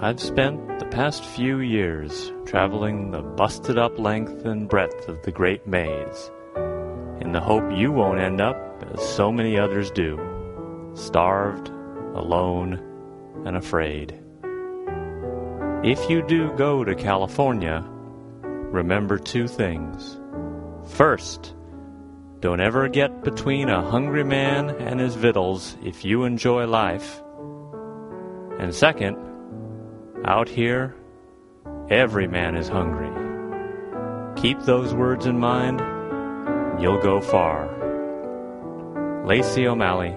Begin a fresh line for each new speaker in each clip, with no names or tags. I've spent the past few years traveling the busted up length and breadth of the Great Maze in the hope you won't end up as so many others do starved, alone, and afraid. If you do go to California, remember two things. First, don't ever get between a hungry man and his victuals if you enjoy life. And second, out here, every man is hungry. Keep those words in mind, and you'll go far. Lacey O'Malley,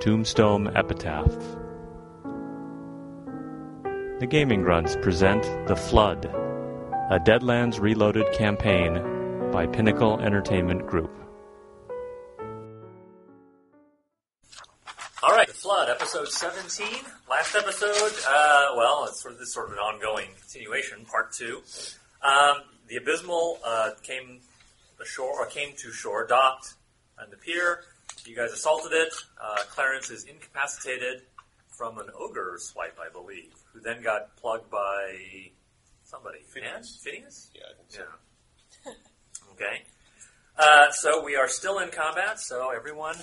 Tombstone Epitaph. The Gaming Grunts present The Flood, a Deadlands Reloaded campaign by Pinnacle Entertainment Group.
All right, The Flood, episode 17. Last episode, uh, well, it's sort of this sort of an ongoing continuation, part two. Um, the Abysmal uh, came ashore, or came to shore, docked on the pier. You guys assaulted it. Uh, Clarence is incapacitated from an ogre swipe, I believe, who then got plugged by somebody.
Phineas.
Nan? Phineas?
Yeah, I think so.
Yeah. okay. Uh, so we are still in combat, so everyone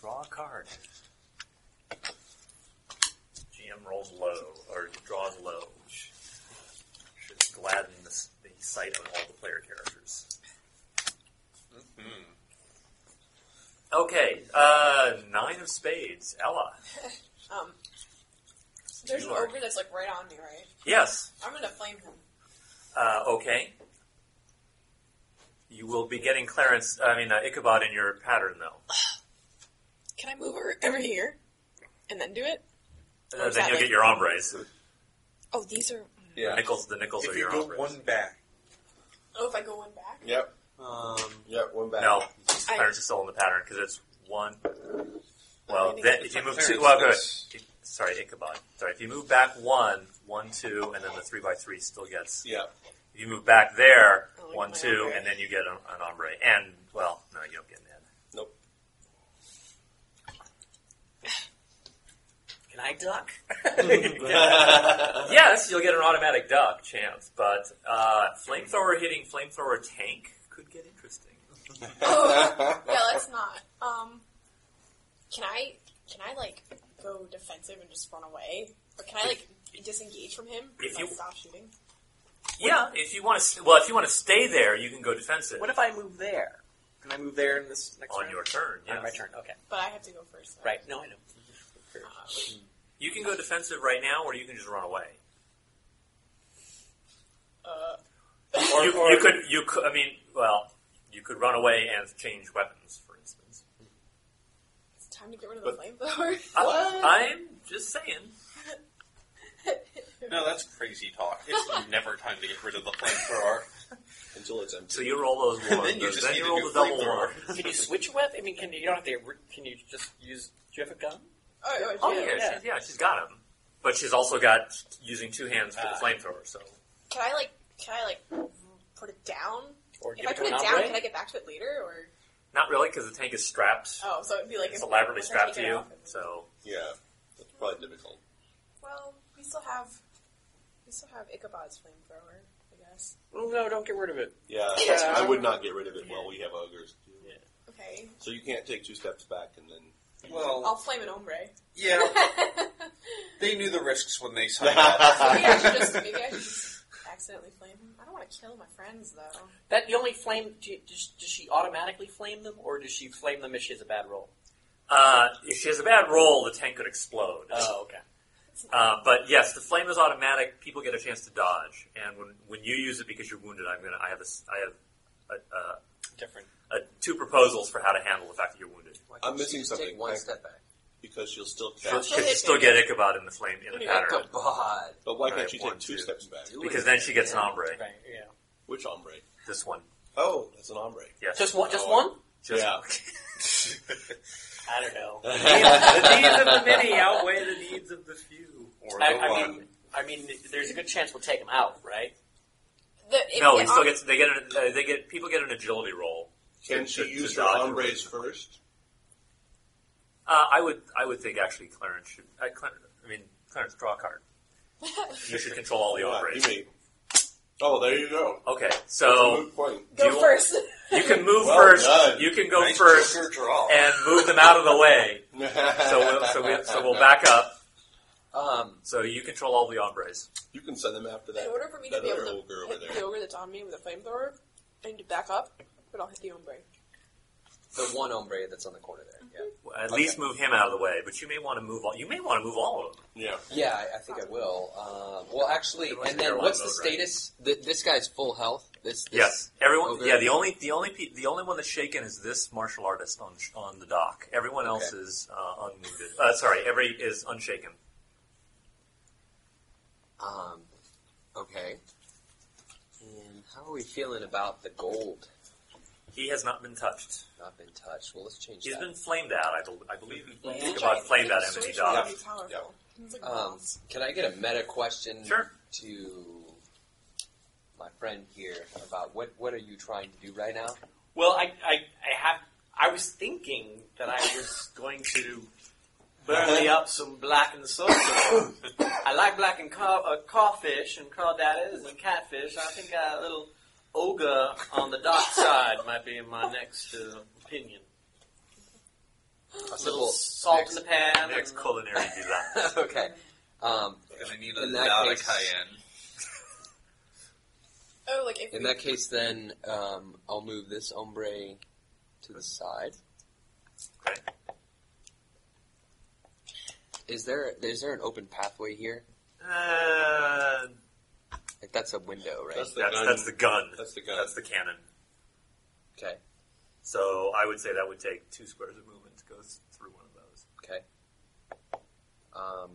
draw a card. GM rolls low, or draws low. which Should gladden the, s- the sight of all the player characters.
Mm-hmm.
Okay, uh, nine of spades. Ella.
Um, there's an
Lord.
ogre that's like right on me, right?
Yes.
I'm gonna flame him.
Uh, okay. You will be getting Clarence, I mean, uh, Ichabod in your pattern, though.
Can I move over, over here and then do it?
Uh,
What's
then
that
you'll get
like?
your ombres.
Oh, these are.
Yeah.
Nickels, the nickels
If
are
you
your
go
ombres.
one back.
Oh, if I go one back.
Yep.
Um,
Yep, one back.
No,
I-
Clarence is still in the pattern because it's one.
I
Well,
think
then
it's
if you move
Clarence,
two, well, go ahead.
it's-
Sorry, Ichabod. Sorry, if you move back one, one, two, and then the three by three still gets.
Yeah.
If you move back there,
Oh,
one,
my
two,
ombre.
and then you get an, an ombre. And well, no, you don't get an end.
Nope.
Can I duck? yes, you'll get an automatic duck chance, but uh, flamethrower hitting flamethrower tank could get interesting.
Oh, yeah, let's not. Um, can I? Can I like go defensive and just run away, or can I like disengage from him
If
and
you-
stop shooting?
Yeah, if you want to, well, if you want to stay there, you can go defensive
what if I move there? Can I move there in this next
on
round?
your turn.
On my
yes.
turn. Okay.
But I have to go first. though.
Right. No, I know.
Uh,
You can go defensive right now, or you can just run away.
Uh,
Or-
you,
or-
you could, you could. I mean, well, you could run away and change weapons, for instance.
it's time to get rid of the Oh, flamethrower.
I, I'm just saying.
No, that's crazy talk. It's never time to get rid of the flamethrower.
Until it's empty.
So you roll those
then
ones.
you just need a
roll
new
the double
flamethrower.
one.
Can you switch with? I mean, can you, you don't have to. Can you just use? Do you have a gun?
Oh, oh,
Oh
yeah.
yeah,
Yeah.
She's, yeah, she's got them, but she's also got using two hands for the
Ah.
flamethrower. So
Can I like? Can I like put it down?
Or
If
give
I
it to
put
an
it down,
hombre?
can I get back to it later, or?
not really, because the tank is strapped.
Oh, so it'd be like
it's
if-
elaborately
once I
strapped to
take it
you.
off, it's-
So
Yeah. That's probably difficult.
well, we still have we still have Ichabod's flamethrower, I guess.
Well, no, don't get rid of it.
Yeah.
Yeah.
I would not get rid of it while we have ogres. Too.
Okay,
So you can't take two steps back and then.
Well,
I'll flame an ombre.
yeah, they knew the risks when they signed up.
maybe, I should just, maybe I should just accidentally flame him. I don't want to kill my friends though.
That you only flame. Do you, does, does she automatically flame them, or does she flame them if she has a bad roll?
uh, if she has a bad roll, the tank could explode.
Oh, okay.
Uh, but yes, the flame is automatic. People get a chance to dodge, and when, when you use it because you're wounded, I'm gonna I have a s I have a,
Different.
a, a, two proposals for how to handle the fact that you're wounded.
I'm missing something.
Take one
I-
step back.
Because you'll still
She'll,
catch.
she'll still get Ichabod in the flame in the pattern
Ichabod.
But why
All
can't
right,
you
one,
take two
two.
steps back?
Do
because
it.
then she gets an ombre.
Right. Yeah.
Which ombre?
This one,
Oh, that's an ombre.
yes,
Just one. Just
Oh.
one.
Just-
Yeah.
I don't know.
the needs of the many outweigh the needs of the few.
Or the
I, I
one.
mean, I mean, there's a good chance we'll take them out, right?
The, if
no,
the
he still
om-
gets. They get. An, uh, they get. People get an agility roll.
Can
to-
she
to- to
use her
dodge or-
ombres first?
Uh, I would. I would think actually Clarence should. Uh, Clarence, I mean Clarence, draw a card. You should control all the
Why?
ombre.
You mean? Oh, there you go.
Okay,
That's a
so
moot point.
Do
Go
you-
first.
you can move
Well
first.
done.
You can go
nice
first
Joker draw.
and move them out of the way. So we'll, so, we, so we'll back up.
Um,
So you control all the ombres.
You can send them after that.
In order for me to
that
be
other
able to
ogre over
hit the
there.
ogre that's on me with a flamethrower, I need to back up, but I'll hit the ombre.
the one ombre that's on the corner there. Yeah.
At least move him out of the way. But you may want to move all. You may want to move all of them.
Yeah.
Yeah, I, I think I will. Um, well, actually,
Everyone's
and then
airline
what's the
mode, right?
status? Th this guy's full health. This, this
Yes, everyone.
ogre?
Yeah, the only the only pe- the only one that's shaken is this martial artist on on the dock. Everyone else
Okay.
is uh, unwounded. Uh, sorry, every is unshaken.
Um, okay. And how are we feeling about the gold?
He has not been touched.
Not been touched. Well, let's change
He's
that.
been flamed out. I, bel I believe he
Yeah.
think about flamed out him and he died.
Yeah.
Um, can I get a meta question
Sure.
to my friend here about what what are you trying to do right now?
Well, I, I, I have. I was thinking that I was going to burly up some black and sorcerer. I like black and car, uh, carfish and crawdadders and catfish. I think a little ogre on the dark side might be my next uh, opinion.
A
A little
simple-
salt in the pan.
Next
and,
culinary design.
okay. Um,
Gonna need a
In that
lot of
case-
cayenne.
Oh, like if
in
we,
that case, then um, I'll move this ombre to the side.
Okay.
Is there is there an open pathway here?
Uh,
Like that's a window, right?
That's the
that's,
gun.
that's the gun.
That's the gun.
That's the cannon.
okay.
So I would say that would take two squares of movement to go s- through one of those.
Okay. Um,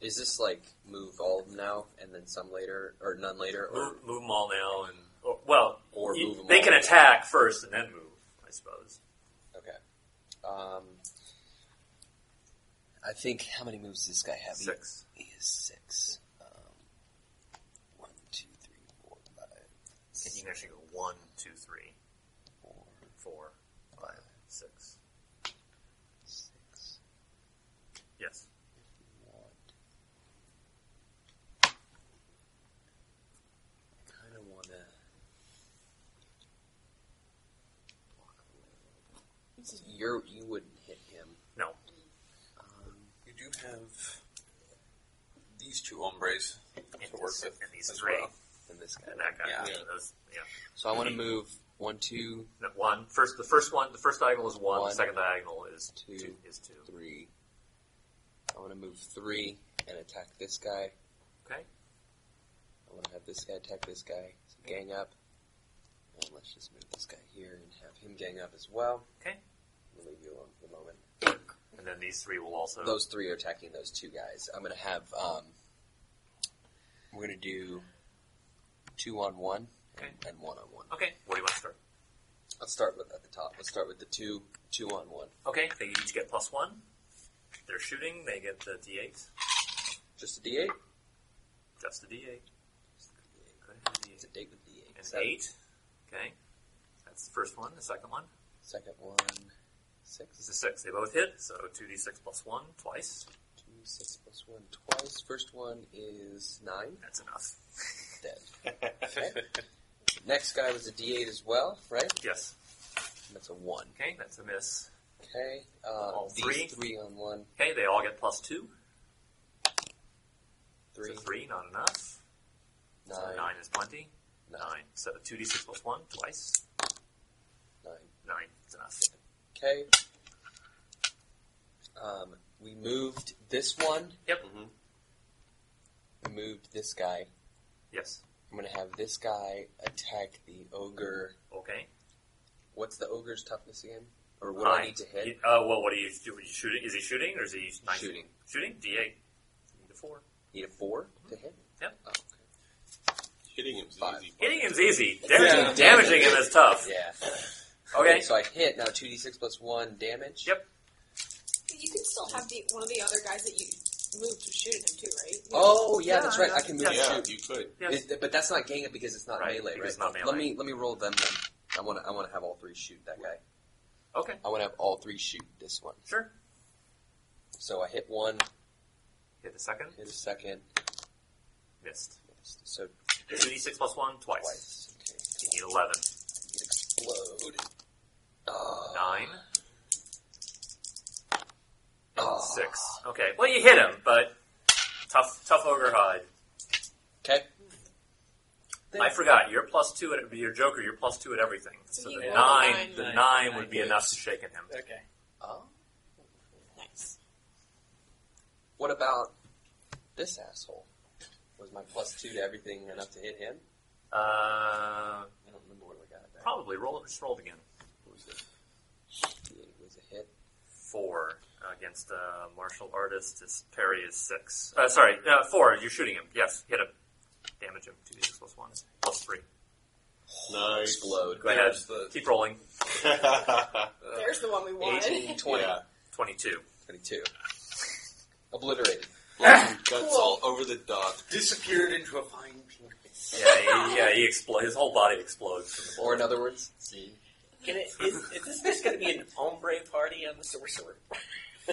is this like move all of them now and then some later, or none later, or
Move, move them all now, and or, well,
Or
you-
move 'em
they
all.
can attack first and then move. I suppose.
okay? Um, I think how many moves does this guy have? He-
Six.
He, is six. Um, one, two, three, four, five,
You can actually go one, two, three,
four,
four,
five,
six.
six,
Yes.
one. I kind of want to. You're, you wouldn't hit him.
No.
Um,
You do have these two hombres
And
to work
these-
with
and these
as
three.
well.
than this guy.
And that guy.
Yeah.
Yeah. Those, yeah.
So I want to move one, two,
That one. First, the first one. The first diagonal is one.
One.
The second diagonal is
Two.
two is two.
three. I want to move three and attack this guy.
Okay.
I want to have this guy attack this guy. So gang up. And let's just move this guy here and have him gang up as well.
Okay.
We'll leave you alone for the moment.
And then these three will also.
Those three are attacking those two guys. I'm going to have. Um, we're going to do two on one and-
Okay.
and one on one.
Okay. Where do you want to start?
Let's start with at the top. Let's start with the two two on one.
Okay. They each get plus one. They're shooting. They get the d8.
Just a d8.
Just the d8. Good. D8.
It's a date with d8.
And
Seven.
eight. Okay. That's the first one. The second one
Second one,
is
six,
a six. They both hit. So two d6 plus one twice.
two, six plus one twice. First one is nine.
That's enough.
Dead. Okay. Next guy was a D8 as well, right?
Yes.
That's a one.
Okay. That's a miss.
Okay. Uh,
All
these
three?
three on one.
Okay. They all get plus two.
Three,
So three. Not enough.
nine,
So nine is plenty.
nine,
Nine. So two d6 plus one twice.
nine.
Nine. It's enough.
Okay. Um, we moved this one.
Yep. Mm-hmm.
We moved this guy.
Yes.
I'm going to have this guy attack the ogre.
Okay.
What's the ogre's toughness again? Or what do
Nine.
I need to hit?
You- Uh, well, what are you, do- are you shooting? Is he shooting or is he nine?
Shooting.
Shooting. D8. Need a four.
Need a four to hit?
Yep.
Oh, okay.
Hitting him's
Five.
easy.
Hitting him's easy. Damaging,
Yeah.
damaging him is tough.
Yeah.
Okay.
So I hit now two d six plus one damage.
Yep.
you can still have the, one of the other guys that you moved to shoot at him too, right?
Oh yeah, that's
Yeah,
right. I can move.
yeah.
and
Yeah,
shoot.
you could.
Yeah.
Is- but that's not gang up because it's not
Right,
melee,
because it's
right?
not melee.
Let me let me roll them. Then. I want to I want to have all three shoot that guy.
Okay.
I want to have all three shoot this one.
Sure.
So I hit one.
Hit the second.
Hit a second.
Missed.
So
2d6 plus 1 twice.
twice. Okay.
You need 11.
It explode. Oh,
9.
ah.
And 6. Okay. Well, you hit him, but tough tough ogre hide.
okay.
I forgot. You're plus 2 at your Joker, you're plus 2 at everything. So,
So you
the
rolled a
9
nine.
the
Nine.
9 would be
Nine
enough
hits.
to shake in him.
Okay.
Oh.
Nice.
What about this asshole? Was my plus two to everything enough to hit him?
Uh,
I don't remember what I got at that.
probably roll it. Just rolled again.
What was it? It was a hit.
Four against uh, martial artist. His parry is six. Uh, sorry, uh, four. You're shooting him. Yes, hit him. Damage him. Two d six plus one plus three.
Nice.
Explode.
Go ahead.
Grabs the-
Keep rolling.
There's the one we wanted.
20.
Yeah.
Twenty-two.
22. Obliterated.
Blood and guts
Cool.
all over the dog.
Disappeared into a fine pink.
Yeah, he, yeah. He explodes. His whole body explodes from the
Or
bullet.
in other words, see.
Can it, is, is this bitch going to be an ombre party on the sorcerer?
Hey,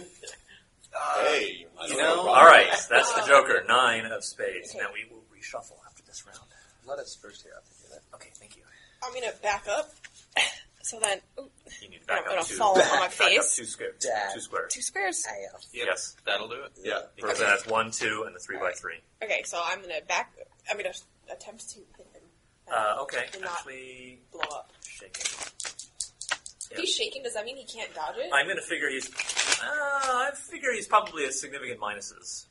I
you
don't have a
know,
problem.
All right, that's the Joker. Nine of spades. Now we will reshuffle after this round.
Let us first hear out to hear that.
Okay, thank you.
I'm gonna back up. So then, ooh,
You need to back
I'm
up
gonna
two.
fall
back
on my
up
face.
two squares.
Dad.
Two squares.
Two squares.
Ow.
Yes.
That'll do it. Yeah.
Because that's one, two, and the three by three.
Okay, so I'm gonna back. I'm gonna attempt to hit him.
Uh, okay.
Do not
Actually,
blow up.
shaking.
If he's shaking, does that mean he can't dodge it?
I'm gonna figure he's. Uh, I figure he's probably at significant minuses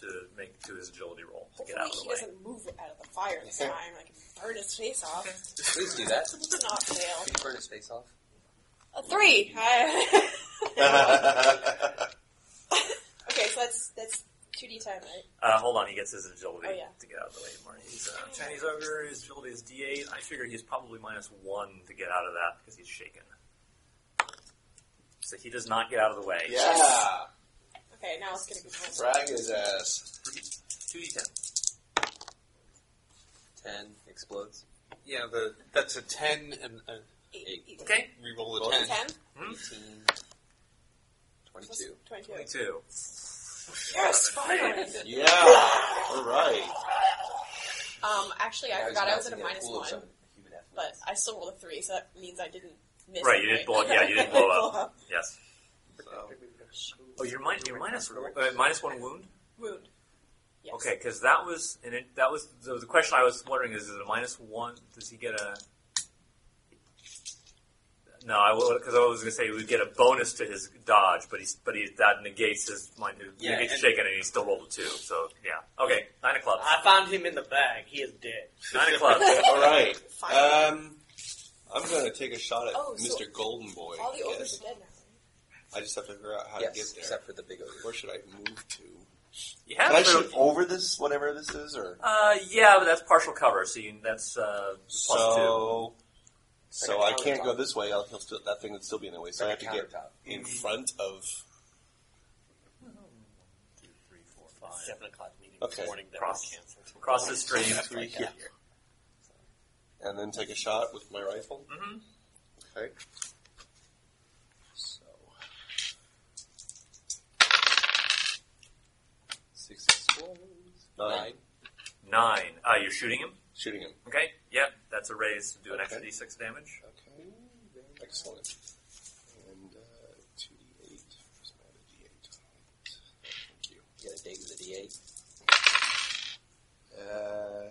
to make to his agility roll to get
Hopefully,
out of
he
the way.
doesn't move out of the fire this time. I can burn his face off.
Please do that.
Let's not fail.
Could you burn his face off?
A three. I- okay, so that's that's two d ten, right?
Uh, hold on, he gets his agility
Oh, yeah.
to get out of the way more. He's uh, Chinese ogre. His agility is D8. I figure he's probably minus one to get out of that because he's shaken. So he does not get out of the way.
yeah.
Okay, now it's gonna be fun.
Frag his ass.
Two d10.
10 explodes.
Yeah, the that's a ten and uh,
Eight. Eight.
Okay.
reroll a ten.
Ten.
18. 22.
Twenty-two.
Twenty-two.
Yes, finally.
Yeah. All right.
Um, actually, I
Now he's
forgot I was at a
bouncing in
minus
pool of
one,
some human effluent.
but I still rolled a three, so that means I didn't miss.
Right, you didn't blow. Yeah, you didn't blow up. Yes.
So,
Oh, you're, min- you're minus uh, minus one wound.
Wound. Yes.
Okay, because that was and it, that was the, the question I was wondering is, is it a minus one? Does he get a? No, I because I was going to say he would get a bonus to his dodge, but he's but he that negates his mind
Yeah,
negates
and-
shaken, and he still rolled a two. So yeah, okay, nine of clubs,
I found him in the bag. He is dead.
nine of clubs.
all right.
Fine.
uh,
Um, I'm gonna take a shot at
Oh, so-
Mr. Golden Boy.
All the
I,
ogres
guess.
are dead now.
I just have to figure out how to
Yes,
get there.
except for the big ogre.
Where should I move to?
You
Can
have
I
the-
shoot over this, whatever this is, or
uh, yeah, but that's partial cover, so you, that's uh, plus two.
so? So
Like
I
a
can't go
countertop.
this way. I'll, he'll still, that thing would still be in the way. So I have to get
Countertop.
in front of.
Seven o'clock meeting
Okay.
this morning. That
Cross.
was canceled.
Cross the stream.
Three here. And then take a shot with my rifle.
Mm-hmm.
Mhm.
Okay. So
6 explodes.
nine.
Nine. Uh, you're shooting him.
Shooting him.
Okay. Yeah, that's a raise to do an extra
Okay.
d6 damage.
Okay. very Excellent. And uh, two d eight. Where's my other d eight? Thank you.
You got a dig with a
Uh,
d8.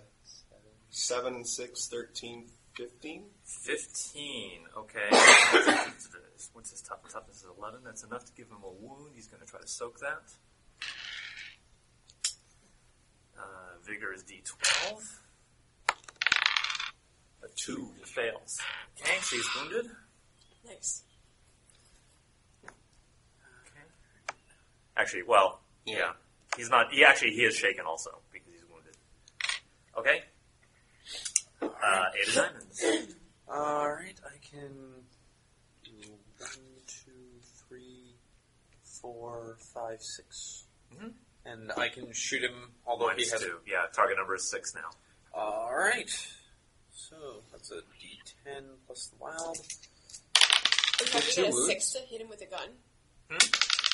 seven, six, thirteen, fifteen.
15. Okay. What's his tough? Toughness is 11. That's enough to give him a wound. He's going to try to soak that. Uh, vigor is d12. A 2 It fails. Okay, so he's wounded.
Nice.
Okay. Actually, well, yeah.
Yeah.
He's not. He actually he is shaken also because he's wounded. Okay. Uh, eight of diamonds.
Alright, I can do one, two, three, four, five, six.
Mhm.
And I can shoot him, although
Minus
he has.
two. Yeah, target number is six now.
Alright. So, that's a d10 plus the wild.
Are you
With
gonna
two
get a six to hit him with a gun? Oh,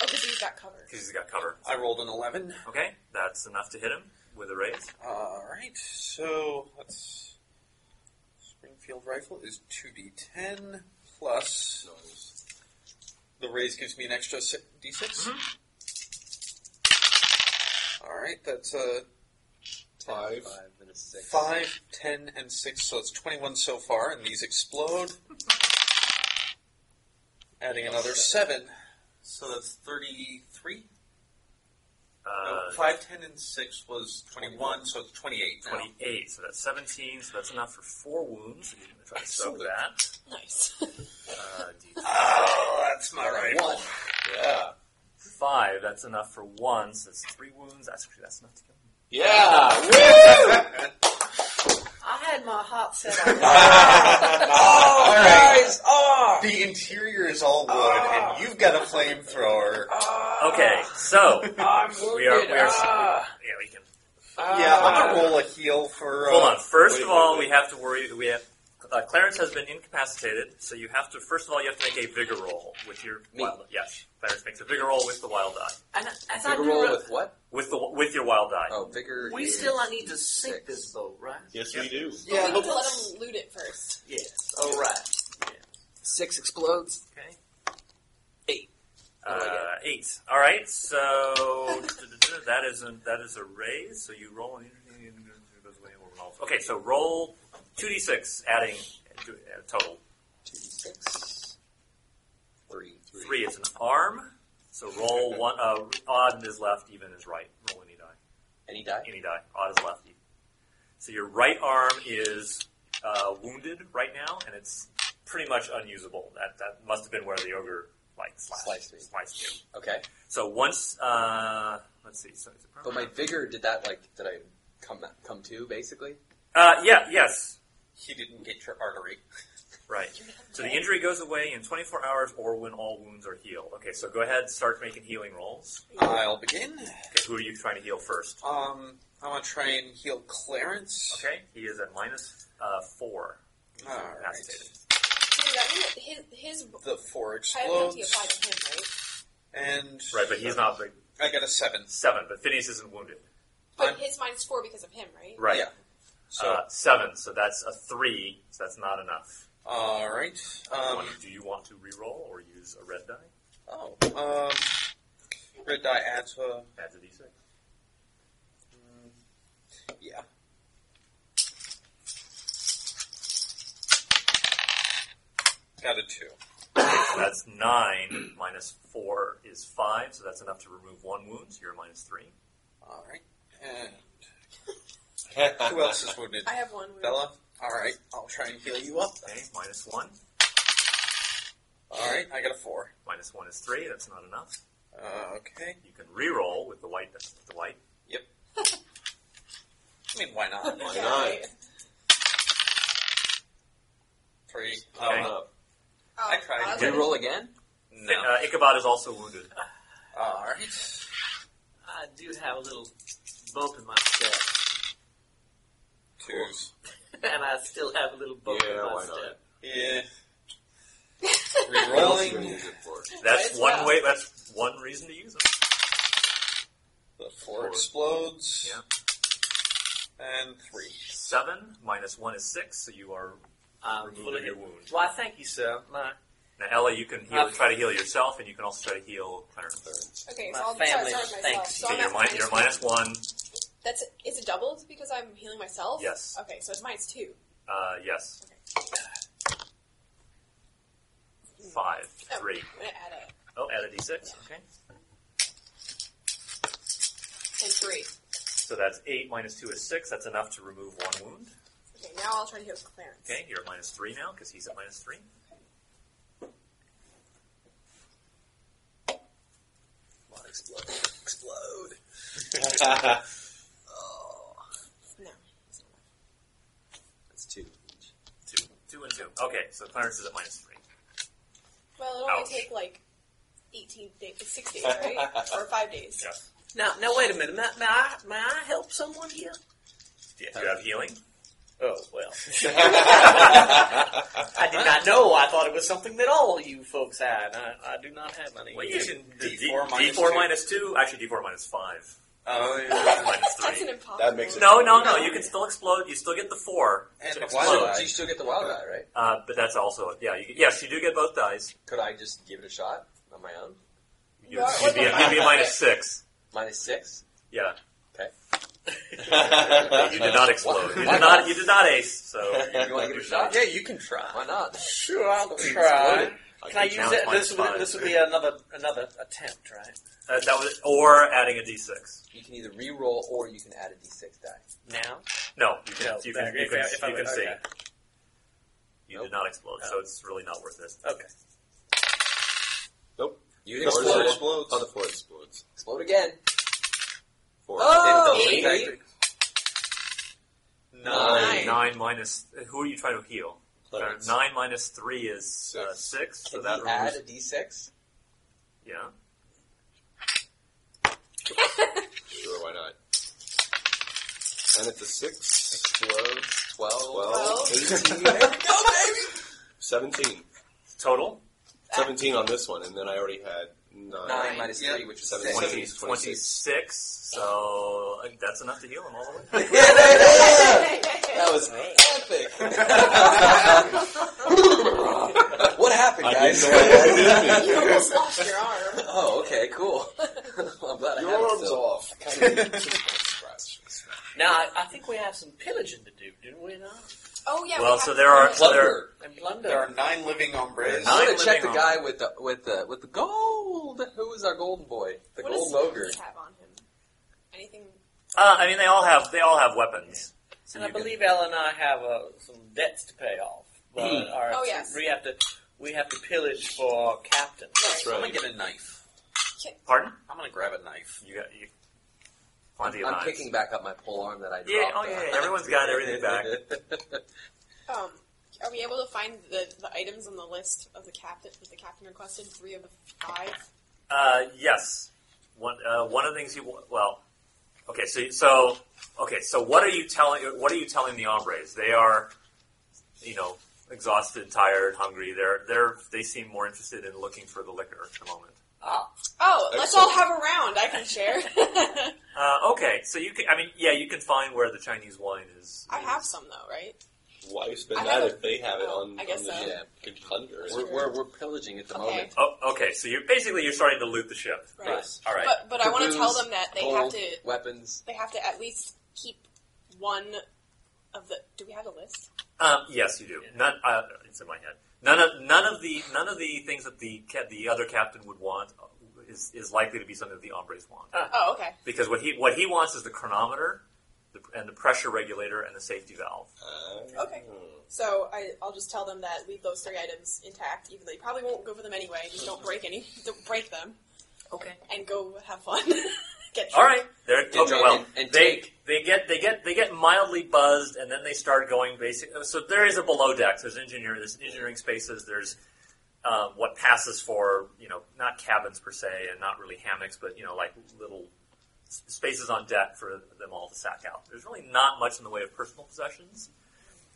because he's got cover.
because he's got cover.
I rolled an 11.
Okay, that's enough to hit him with a raise.
Alright, so let's. Springfield rifle is 2d10 plus. The raise gives me an extra si- d6. Alright, that's uh,
Five.
Five and a six.
5, 10, and 6, so it's 21 so far, and these explode. Adding another 7. So that's 33?
Uh,
Oh.
no, 5, 10, and 6 was 21, so it's 28 now.
28, Uh, so that's 17, so that's enough for four wounds. If you want to try to soak
Excellent.
that.
Nice.
Uh,
Oh, that's my rifle.
One. Yeah.
D5, that's enough for one, so that's three wounds. That's, actually, that's enough to kill him.
Yeah.
I had my heart set on
All right.
guys. Oh.
The interior is all wood, and you've got a flamethrower.
Okay, so.
Ah. I'm
We are. We are
Ah.
yeah, we can.
yeah, I'm gonna roll a heal for. Uh,
Hold on. First
wait,
of all,
wait,
we have to worry. We have. Uh, Clarence has been incapacitated, so you have to. First of all, you have to make a vigor roll with your
Me?
wild. Yes, Clarence makes a vigor roll with the wild die.
And as I
Vigor roll
do,
with what?
With the with your wild die.
Oh, vigor.
we
is
still I need to sink
six.
this though, right?
Yes,
Yep.
we do.
yeah, we
but
need to let him loot it first.
Yeah. All right.
Six explodes.
Okay.
Eight. Oh,
Uh, eight. All right. So that is a, that is a raise. So you roll. An, okay. So roll two d six, adding uh, total
Two, six. Three.
three. is an arm. So roll one. Uh, odd is left. Even is right. Roll any die.
Any die?
Any die. Odd is left. So your right arm is uh, wounded right now, and it's pretty much unusable. That that must have been where the ogre like sliced,
Sliced me.
sliced you.
Okay.
So once, uh, let's see. So is it
But my vigor did that like did I come come to basically?
uh, yeah, yes,
He didn't get your artery.
right. So the injury goes away in 24 hours or when all wounds are healed. Okay, so go ahead, start making healing rolls.
I'll begin.
Okay, who are you trying to heal first?
Um, I want to try and heal Clarence.
Okay, he is at minus uh, four.
All right.
Incapacitated.
So that means his his
The four
high penalty
explodes,
applied to him, right?
and
Right, but he's not like,
I got a seven.
seven. But Phineas isn't wounded.
But
I'm-
his minus four because of him, right?
Right.
Yeah. So,
uh, seven. So that's a three. So that's not enough.
all right. Um,
Do you want to re-roll or use a red die?
oh, um, red die adds uh, a
Add to d6.
Yeah. Got a two.
So that's nine minus four is five, so that's enough to remove one wound. So you're minus three.
All right. And who else is wounded?
I have one. wound.
Bella. All right. I'll try and heal you up.
Okay, minus one.
All right. I got a four.
Minus one is three. That's not enough.
Uh, okay.
You can re-roll with the white. With the white.
I mean, why not?
Yeah,
Why not?
right.
Three.
Okay.
Um,
Um,
I tried.
was
Did
gonna-
we roll again?
no.
Uh, Ichabod is also wounded.
All right.
I do have a little bump in my step,
Twos.
and I still have a little bump in
Yeah,
my
why
step.
not? What
Yeah.
else are you gonna
Rerolling
use it for?
That's
Right,
one
yeah.
way. That's one reason to use it.
the four explodes.
Yeah.
And three.
Seven minus one is six, so you are
Um,
removing your wound.
Why, thank you, sir. My,
Now, Ella, you can heal,
Okay.
try to heal yourself, and you can also try to heal Clarence.
Okay,
My
so I'll
family
start
was
starting myself.
thanks.
So
Okay,
I'm
you're,
at
mi- you're
one.
minus one.
That's is it doubled because I'm healing myself?
Yes.
Okay, so it's minus two.
Uh, yes. Five, three.
Oh, I'm gonna add a
Oh, add a d6. Okay.
and three.
So that's eight minus two is six. That's enough to remove one wound.
Okay, now I'll try to heal Clarence.
Okay, you're at minus three now because he's at minus three.
Come on, explode. Explode.
No.
That's two.
Two, two and two. Okay, so Clarence is at minus three.
Well, it'll only
Ouch.
take like eighteen days, six days, right? or five days.
Yeah.
now, now, wait a minute. May, may, I, may I help someone here?
Do you have healing?
Oh, well. I did not know. I thought it was something that all you folks had. I, I do not have any.
Well, you can
D4
D,
minus
D4
two.
minus two. Actually, D4 minus five.
Oh, yeah.
Minus
That's
three.
an impossible.
That makes it-
No, no, no. You can still explode. You still get the four,
and
So
the
explode.
wild
So
eye.
you still get the wild eye, right?
uh, but that's also yeah. You, yes, you do get both dies.
Could I just give it a shot on my own?
You,
What-
would be, a- you'd be a minus six.
Minus six.
Yeah,
you
you did not explode. You
Why
did not. You did not ace. So
You want to give it a shot?
Yeah, you can try.
Why not?
Sure, I'll try. Can I use
challenge
it?
minus
This would,
five.
this would be another another attempt, right?
Uh, that was or adding a d6.
You can either re-roll or you can add a d6 die.
Now?
No, you can.
No,
you can.
if I-
You can,
if I
you
would-
can see.
okay. Oh.
You did not explode, so it's really not worth it.
Okay.
You
The
explode.
floor
Explode,
explodes.
Oh, the
floor explodes.
again.
Four.
Oh,
eight.
Nine.
Nine.
Nine minus. Who are you trying to heal?
Clarence.
Uh, nine minus three is Uh,
Six.
six. So
Can
that
you add
removes.
a d6?
Yeah.
Sure, why not? And it's a six. Explodes.
12,
Twelve.
18. There we go, baby!
Seventeen.
Total.
Seventeen on this one, and then I already had nine.
9 minus
Yeah.
3, which is 7.
Seven.
Twenty-
Twenty-six.
26. So uh, that's enough to heal him all the way.
yeah, there it is!
That
That was
Alright.
epic! what happened,
I
guys?
didn't know I had
you almost lost your arm.
oh, okay, cool. I'm glad I
Your
have it
arm's
still.
off. Kind of scratch.
Now, I, I think we have some pillaging to do, didn't we not?
Oh yeah.
Well,
we
so
have
there
to-
are- so there-
Plunder.
And plunder.
There are nine living hombres.
I'm
Nine
gonna
living
check the
on-
guy with the with the with the gold. Who is our golden boy? The
What does
golden ogre.
Sneakers have on him? Anything?
Uh, I mean, they all have they all have weapons. So
And I
you can-
believe Al and I have uh, some debts to pay off. But our,
Oh, yes.
we have to we have to pillage for our captain.
That's right. I'm gonna get a knife.
Pardon?
I'm gonna grab a knife.
You got you. Plenty of
I'm
knives.
kicking back up my pole arm that I dropped.
Yeah, oh, yeah, yeah, everyone's got everything back.
Um, are we able to find the, the items on the list of the captain that the captain requested? Three of the five.
Uh, yes. One uh, one of the things you well, okay. So so okay. So what are you telling? What are you telling the hombres? They are, you know, exhausted, tired, hungry. They're they're they seem more interested in looking for the liquor at the moment.
Oh, let's all have a round. I can share.
Uh, okay, so you can. I mean, yeah, you can find where the Chinese wine is.
I have some though, right?
Why spend
I
that
have a-
if they have it on?
I guess
on the
so.
yeah, good plunder.
We're, we're, we're pillaging at the
Okay.
moment.
Oh, okay. So you're basically you're starting to loot the ship.
Right.
Yes.
All right.
But but I want to tell
Caboose,
them that they
gold,
have to
weapons.
they have to at least keep one of the. Do we have a list?
Um, yes, you do. None. Uh, it's in my head. None of none of the none of the things that the ca- the other captain would want is is likely to be something that the hombres want
Oh, okay.
because what he what he wants is the chronometer, the, and the pressure regulator and the safety valve.
Uh,
Okay. So I, I'll just tell them that leave those three items intact, even though you probably won't go for them anyway. Just don't break any, don't break them,
Okay.
and go have fun. Get
All
drunk.
right. They're,
Get
okay,
drunk
well,
and- and
they
take.
they get they get they get mildly buzzed, and then they start going basic. So there is a below deck. There's engineer. There's engineering spaces. There's um, what passes for you know not cabins per se, and not really hammocks, but you know like little s- spaces on deck for them all to sack out. There's really not much in the way of personal possessions.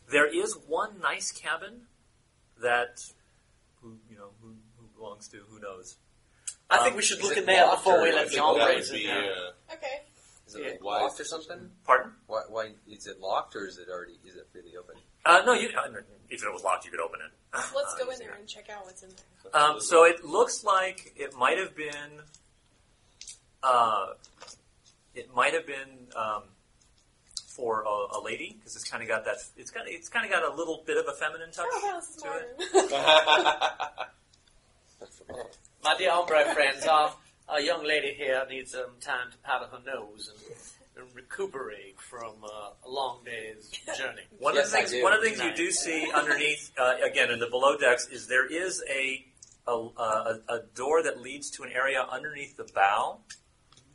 There is one nice cabin that who you know who, who belongs to who knows.
I think
Um,
we should
is
look
it
in there
locked
before
or
we
is
let
it
the
locked?
hombres in
be,
there.
uh,
Okay.
Is it like
Why-
locked or something?
Pardon?
Why, why is it locked or is it already is it freely open?
Uh, no, you. I mean, if it was locked, you could open it.
Let's
Uh,
go in
easy.
there and check out what's in there.
Um, so it looks like it might have been, uh, it might have been um, for a, a lady because it's kind of got that. It's got it's kind of got a little bit of a feminine touch
Oh, wow, this is
to
my
it.
room.
My dear hombre friends, our, our young lady here needs some time to powder her nose and, and recuperate from uh, a long day's journey.
One
Yes,
of the things,
I do.
one of the things
Nice.
you do see underneath, uh, again in the below decks, is there is a a, uh, a a door that leads to an area underneath the bow,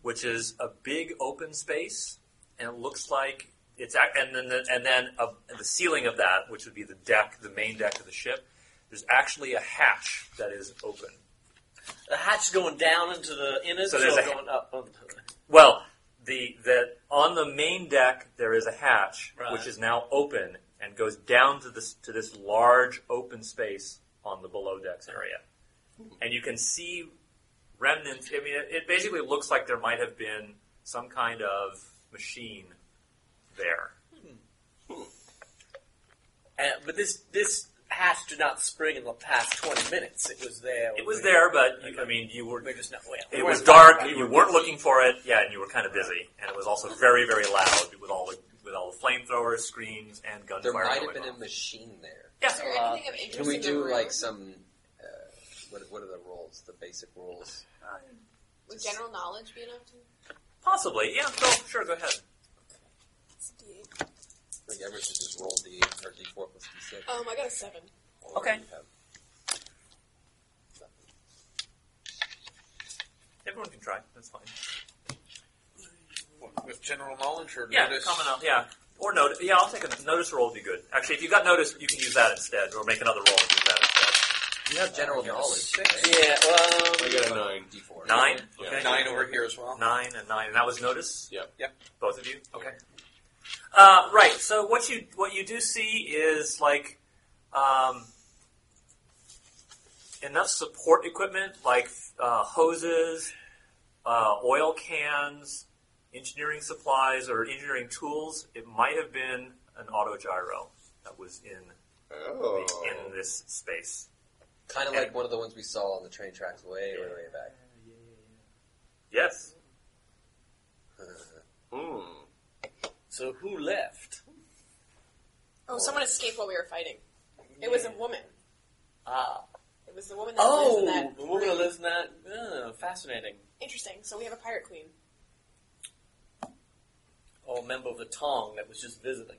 which is a big open space, and it looks like it's ac- and then the, and then uh the ceiling of that, which would be the deck, the main deck of the ship. There's actually a hatch that is open.
The hatch's going down into the innards
So
so
there's
or
a-
going up onto it?
Well, the- the that on the main deck there is a hatch
Right.
which is now open and goes down to this to this large open space on the below decks area, and you can see remnants. I mean, it, it basically looks like there might have been some kind of machine there.
Uh, but this this hatch did not spring in the past twenty minutes. It was there.
It was there, but you, I mean, you were
We're just not. Well, we
It was
weren't-
dark.
we
You
were-
weren't looking for it. Yeah, and you were kind of busy, and it was also very, very loud with all the with all the flamethrowers, screams, and gunfire.
There might have
going
been a
on.
machine there.
Is there
Uh,
anything of interest
Can we
in the
do
room?
like some? Uh, what What are the rules? The basic rules.
Would general knowledge be enough to?
Possibly. Yeah. Go. Sure. Go ahead.
It's a D8.
Like everyone should just roll d or d four plus d six.
Um, I got a seven.
okay. Everyone can try. That's fine.
What, With general knowledge or
Yeah.
notice?
Common. out- Yeah. Or notice. Yeah. I'll take a notice roll. Would be good. Actually, if you got notice, you can use that instead, or make another roll and use that instead.
You have general knowledge.
Yeah. Well,
I got a nine.
D four.
Nine.
Yeah.
Okay.
Nine over here as well.
Nine and nine, and that was notice.
Yep.
Yep.
Both of you. Okay. Uh, right. So what you what you do see is like um, enough support equipment, like uh, hoses, uh, oil cans, engineering supplies, or engineering tools. It might have been an auto gyro that was in the,
Oh.
in this space.
Kind of like one of the ones we saw on the train tracks way, way, way back.
Yes.
Hmm.
so who left?
Oh, someone escaped while we were fighting. It was a woman.
Ah.
It was the woman that lives in
Oh,
that.
the woman that
room.
lives in that. Oh, fascinating.
Interesting. So we have a pirate queen.
Or a member of the Tong that was just visiting.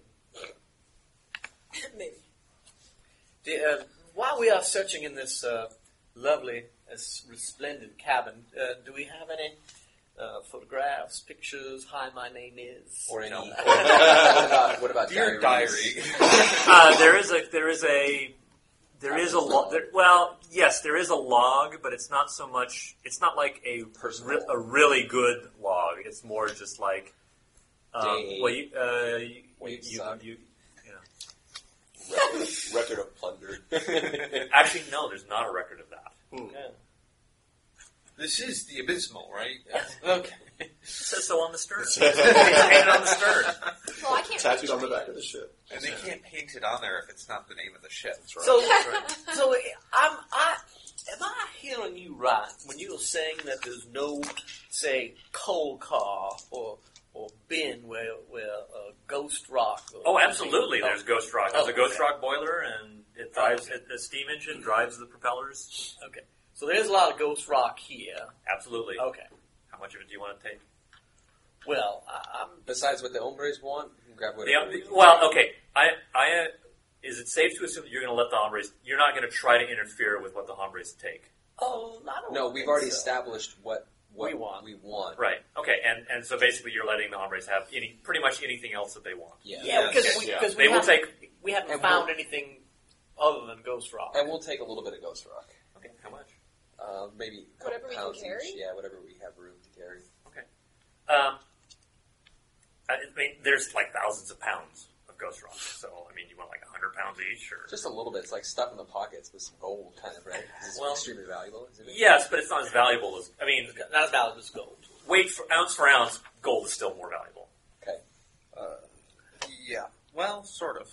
Maybe.
The, uh, while we are searching in this uh, lovely, uh, resplendent cabin, uh, do we have any uh, photographs, pictures? Hi, my name is.
Or any.
No.
what about, what about
Your
diaries?
diary.
Uh, there is a there is a there is a log. There, well, yes, there is a log, but it's not so much. It's not like a
Personal.
re- a really good log. It's more just like um,
Day.
well, you, uh, you, you,
Wait,
you,
suck.
you-
Record of plunder.
actually no, there's not a record of that.
this is the abysmal, right?
Okay.
It says so on the stern. It's painted on the stern.
Well, I can't.
Tattooed on the back of the ship.
And they can't paint it on there if it's not the name of the ship.
That's right.
So, so eh, I'm I am I hearing you right when you were saying that there's no say coal car or or bin where where uh, ghost rock. Or
Oh, absolutely. There's Ghost Rock. There's
Oh,
a Ghost
okay.
Rock boiler, and it drives it, the steam engine drives the propellers.
okay. So there's a lot of ghost rock here.
Absolutely.
Okay.
How much of it do you want to take?
Well, I, I'm
Besides what the hombres want, you can grab
Yeah,
whatever.
well, okay. I, I, uh, is it safe to assume that you're going to let the hombres? You're not going to try to interfere with what the hombres take,
Oh, I don't
No,
think
we've already
so.
established what, what
We want.
We want.
right? Okay, and and so basically, you're letting the hombres have any pretty much anything else that they want.
Yeah.
Yeah,
Yes.
because we,
Yeah.
because we
They will
haven't,
take.
we haven't
And
found
we'll-
anything other than Ghost Rock.
And we'll take a little bit of ghost rock.
Okay, how much?
Uh, maybe a couple
Whatever we can
pounds each.
carry?
Yeah, whatever we have room to carry.
Um, I I mean, there's like thousands of pounds of ghost rock. So I mean, you want like hundred pounds each, or
Just a little bit. It's like stuff in the pockets with some gold, kind of, right? 'Cause It's
Well-
extremely valuable, isn't it?
yes, but it's not as valuable as I mean,
Not as valid as gold.
weight for ounce for ounce, gold is still more valuable.
Yeah. Well, sort of.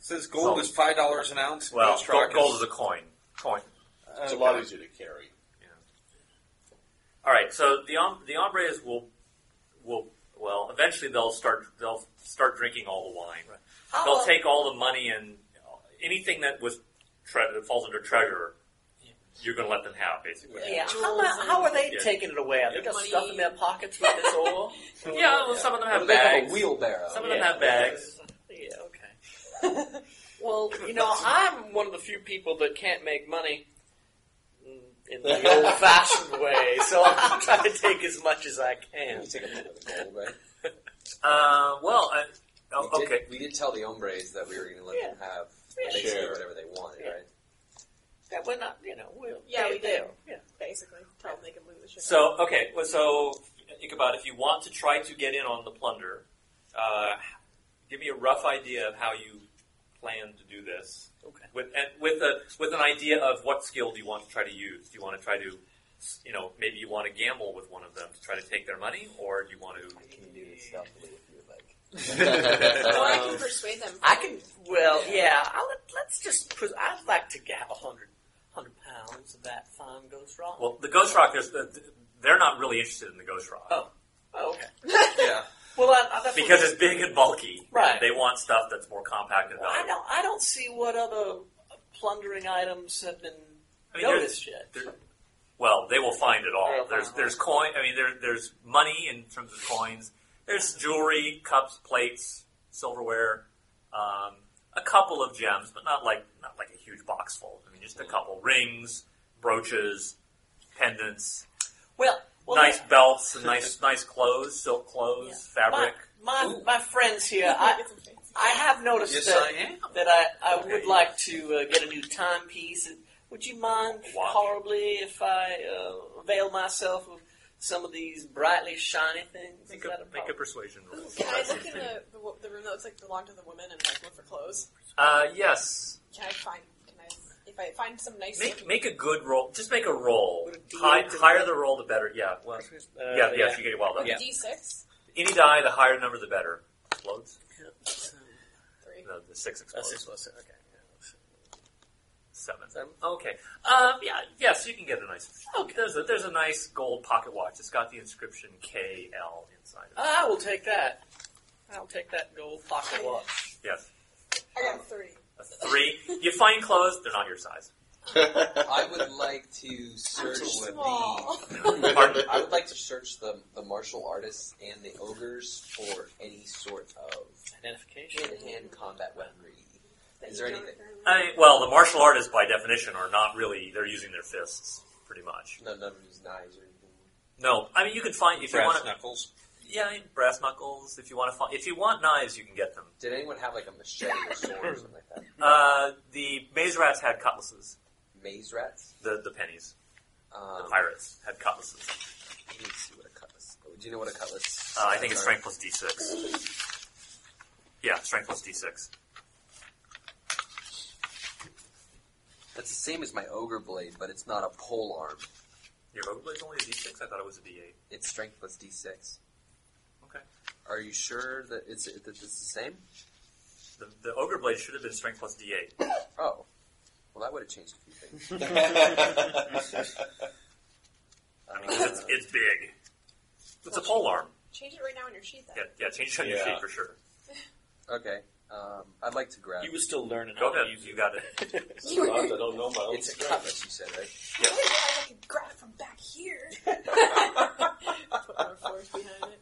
says
Salt.
gold is five dollars an ounce.
Well,
Ghost
gold,
Rock
gold is a coin. Coin.
It's a lot easier to carry.
All right, so the om- the hombres will will well eventually they'll start they'll start drinking all the wine.
How
They'll
long-
take all the money and uh, anything that was tre- that falls under treasure. You're going to let them have basically.
Yeah, how,
Jewels
mu- how are they
and-
taking it away? Are they
Yeah.
just
Money.
stuffing their pockets with this ore?
Yeah, well, some of them
Well,
have
they have
bags.
a wheelbarrow.
Some of them have bags.
Yeah, okay. well, you know, I'm one of the few people that can't make money in the old-fashioned way, so I'm trying to take as much as I
You
can.
take a little bit of gold, right?
Uh, well, I,
We
oh,
did,
okay.
We did tell the hombres that we were going to let them have
Yeah.
basically
Sure.
whatever they wanted,
Yeah.
right?
That we're not, you know, we'll
Yeah,
they-
we do.
they'll- Yeah.
Basically, tell them they can loot the ship.
So okay, well, so think about if you want to try to get in on the plunder, uh, give me a rough idea of how you plan to do this.
Okay.
With and with a with an idea of what skill do you want to try to use? Do you want to try to, you know, maybe you want to gamble with one of them to try to take their money, or do you want to?
Can you do this stealthily if you would like?
Or Oh, I
Um,
can persuade them.
I can. Well, yeah. I'll, let- let's just. Pres- I'd like to get a hundred, hundred pounds of that fine goes wrong.
Well, the Ghost Rock, there's the, they're not really interested in the Ghost Rock
Oh. oh, okay.
Yeah.
Well, I, I, that's what-
because it's big and bulky.
Right.
They want stuff that's more compact and
well, I
valuable.
don't. I don't see what other plundering items have been
I mean, there's-
noticed yet.
there- Well, they will find it all.
They'll find
There's
it
there's coin. I mean, there, there's money in terms of coins. There's jewelry, cups, plates, silverware, um, a couple of gems, but not like not like a huge box full. I mean, just a couple rings, brooches, pendants,
Well, well,
nice belts, and nice nice clothes, silk clothes, fabric.
My my,
Ooh.
my friends here, I I have noticed
Yes,
that
I am.
that I, I
Okay,
would
yeah.
like to uh, get a new timepiece. And Would you mind
Watch.
horribly if I uh, avail myself of some of these brightly shiny things? Is
Make
that
a,
a
make a
problem?
persuasion roll.
Can I look in the, the, wo- the room that looks like belonged to the women and like look for clothes?
Uh, yes.
Can I find? Can I? If I find some nice.
Make make a good roll. Just make a roll.
Would it be
High,
to-
higher the roll, the better. Yeah. Well,
Uh,
Oh, yeah. Yes, you get it well done.
Yeah.
D six
Any die, the higher number, the better. Explodes.
three.
No, the six
That's
explodes.
just what's okay.
Seven.
Seven.
Okay. Um, yeah. Yes, you can get a nice. Okay. There's a there's a nice gold pocket watch. It's got the inscription KL inside. of it.
I will take that. I'll take that gold pocket watch.
Yes.
I got three.
A three. you find clothes. They're not your size.
I would like to
I'm
search
too
the.
small.
Pardon?
I would like to search the, the martial artists and the ogres for any sort of
Identification.
hand-to-hand combat weaponry. Is there anything?
I, well, the martial artists, by definition, are not really. They're using their fists, pretty much.
No, none of these knives or anything.
No. I mean, you can find if you
Brass
want. to.
knuckles.
Yeah, I mean, brass knuckles. If you want to find, if you want knives, you can get them.
Did anyone have like a machete or sword or something like that?
Uh, the maze rats had cutlasses.
Maze rats.
The the pennies. The
Um,
pirates had cutlasses.
Let me see what a cutlass. oh, Do you know what a cutlass?
Uh, I think it's
Sorry.
strength plus d6. Yeah, strength plus d6.
That's the same as my ogre blade, but it's not a pole arm.
Your rogue blade's only a d6? I thought it was a d8.
It's strength plus d6.
Okay.
Are you sure that it's that it's the same?
The, the ogre blade should have been strength plus d8.
Oh, well, that would have changed a few things.
I mean, 'cause it's,
Uh,
it's big. It's a pole arm.
Change it right now on your sheet then.
Yeah, yeah change it on your
Yeah.
sheet for sure.
okay, um, I'd like to grab.
was still learning.
Go ahead. You got it.
Sometimes I don't know my own
It's a cutlass, you said, right?
I didn't realize I could grab it from back here. Put more force behind it.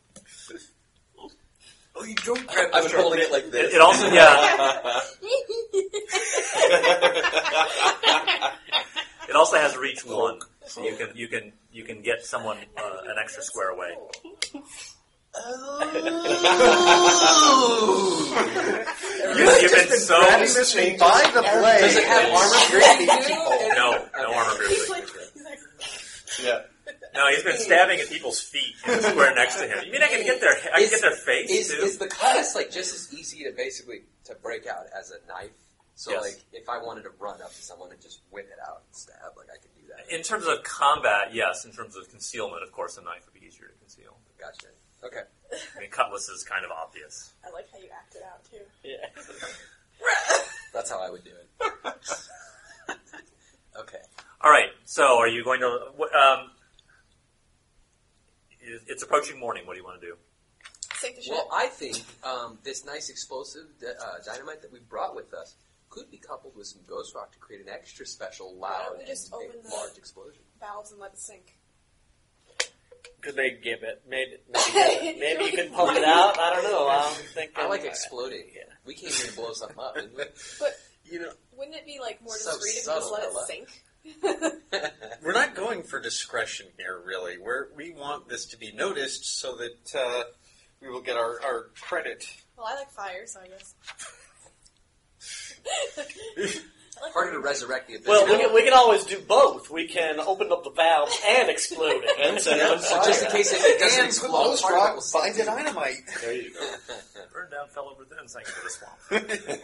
Oh, you don't grab. I was holding it like
it.
this.
It also, yeah, it also has reach one. So you can you can you can get someone uh, an extra square away. You've, you've been so
By the
Does it have armor?
no no armor
He's
piercing.
like, he's like,
Yeah.
No, he's been stabbing at people's feet in the square next to him. You mean I can get their I can
Is-
get their face
is,
too?
is the cutlass like just as easy to basically to break out as a knife? So
Yes.
like, if I wanted to run up to someone and just whip it out and stab, like I could do that.
in terms of combat, yes. In terms of concealment, of course, a knife would be easier to conceal.
Gotcha. Okay.
I mean, cutlass is kind of obvious.
I like how you acted out too.
That's how I would do it. okay.
All right. So, are you going to? wh- Um, it- it's approaching morning. What do you want to do?
Take the shit.
Well, I think um, this nice explosive di- uh, dynamite that we brought with us could be coupled with some ghost rock to create an extra special,
Why
loud,
don't we just
and big,
open the-
large explosion.
Valves and let it sink.
Could they give it? Maybe maybe, maybe you could pump it out. I don't know. I'm thinking.
I like exploding.
Yeah.
We came here to blow something up, didn't we?
You know,
Wouldn't it be like more
So
discreet if you just
subtle,
let it
Ella.
sink?
we're not going for discretion here, really. We're, we want this to be noticed so that uh, we will get our, our credit.
Well, I like fire, so I guess. like
Harder to resurrect the abyss.
Well, we can, we can always do both. We can open up the valve and explode it.
And set it on
So just in
fire.
case it, it doesn't
and put
explode,
Lowe's
part of it
rock
will sink
by the dynamite.
There you go.
Burn down fell over then, sank into the swamp.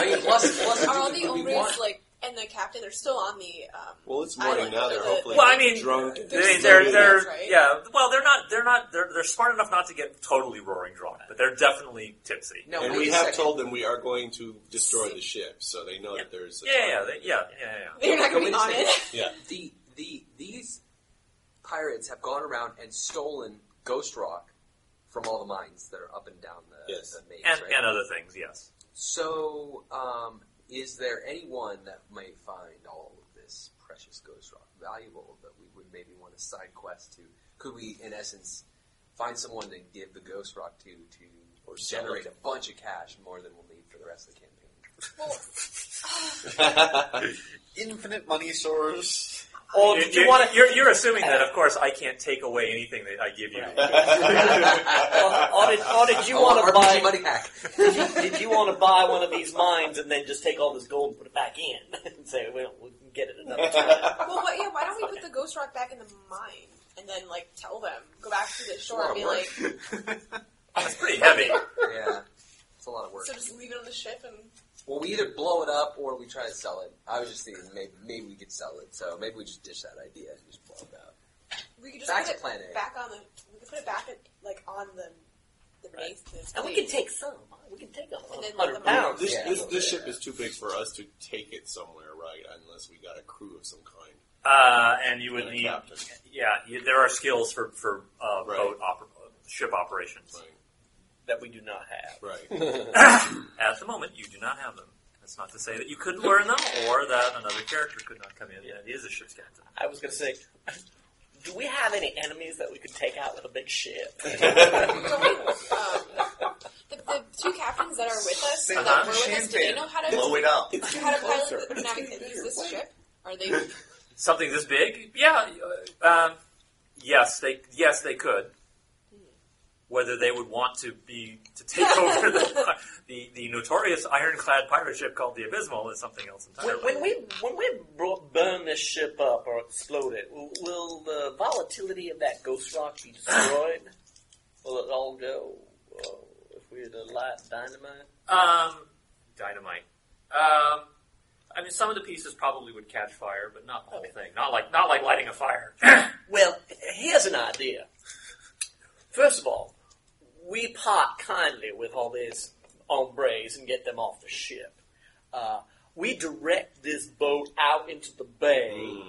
I mean, plus, plus,
Are all the
we
hombres
want-
like and the captain? They're still on the. Um,
Well, it's
I
morning
like
now. They're
the-
hopefully
Well, I mean,
drunk.
They,
They're
they're,
still
they're,
idiots, right?
yeah. Well, they're not, they're not, they're, they're smart enough not to get totally roaring drunk, but they're definitely tipsy.
No,
and
wait
we
a
have
second.
told them we are going to destroy the ship, so they know that there's a
Yeah, yeah, they, yeah, yeah, yeah.
they're not going to
Wait
be
a
on
second.
it.
yeah.
the the these pirates have gone around and stolen ghost rock from all the mines that are up and down the,
Yes.
the maze,
And,
right?
and other things, yes.
So, um, is there anyone that may find all of this precious ghost rock valuable that we would maybe want a side quest to? Could we, in essence, find someone to give the ghost rock to to
Or sell
generate
it.
a bunch of cash more than we'll need for the rest of the campaign?
Well,
Infinite money source.
Or
You-
did you
you-
want to?
you're, you're assuming that, of course, I can't take away anything that I give you.
Or, or did, or did Uh, you
I
want to
RPG
buy?
Oh, money hack?
Did you, did you want to buy one of these mines and then just take all this gold and put it back in and say, "Well, we can get it another time."
well, what, yeah. Why don't we put the ghost rock back in the mine and then like tell them go back to the shore and be like,
It's pretty heavy.
yeah, it's a lot of work.
so just leave it on the ship and
Well, we either blow it up or we try to sell it. I was just thinking maybe, maybe we could sell it, so maybe we just dish that idea and just blow it up.
we could just
Back
put
to
it
plan A.
back on the. We could put it back at, like on the the
Right.
base. the
And we
plane.
can take some. We can take
And
a
then let
hundred
them
pounds.
This,
Yeah.
this, this ship is too big for us to take it somewhere, right? Unless we got a crew of some kind.
Uh, and you would
And a
need,
captain.
yeah, you, there are skills for, for uh,
Right.
boat oper- ship operations.
that we do not have.
Right.
At the moment, you do not have them. That's not to say that you couldn't learn them or that another character could not come in that is a ship's captain.
I was going to say, do we have any enemies that we could take out with a big ship?
um, the, the two captains that are with us,
Uh-huh.
that were with us, do they
Champagne.
know how to
Blow it up.
how to
Closer.
pilot the, nav- use this ship? Are they?
Something this big? Yeah. uh, Um, yes, they yes they could. Whether they would want to be to take over the, the the notorious ironclad pirate ship called the Abysmal is something else
When,
entirely.
when we when we bro- burn this ship up or explode it, will, will the volatility of that ghost rock be destroyed? will it all go uh, if we had to light dynamite?
um, dynamite. Um, I mean, some of the pieces probably would catch fire, but not the
Oh.
whole thing. Not like not like lighting a fire.
Well, h- here's an idea. First of all, we part kindly with all these hombres and get them off the ship. Uh, we direct this boat out into the bay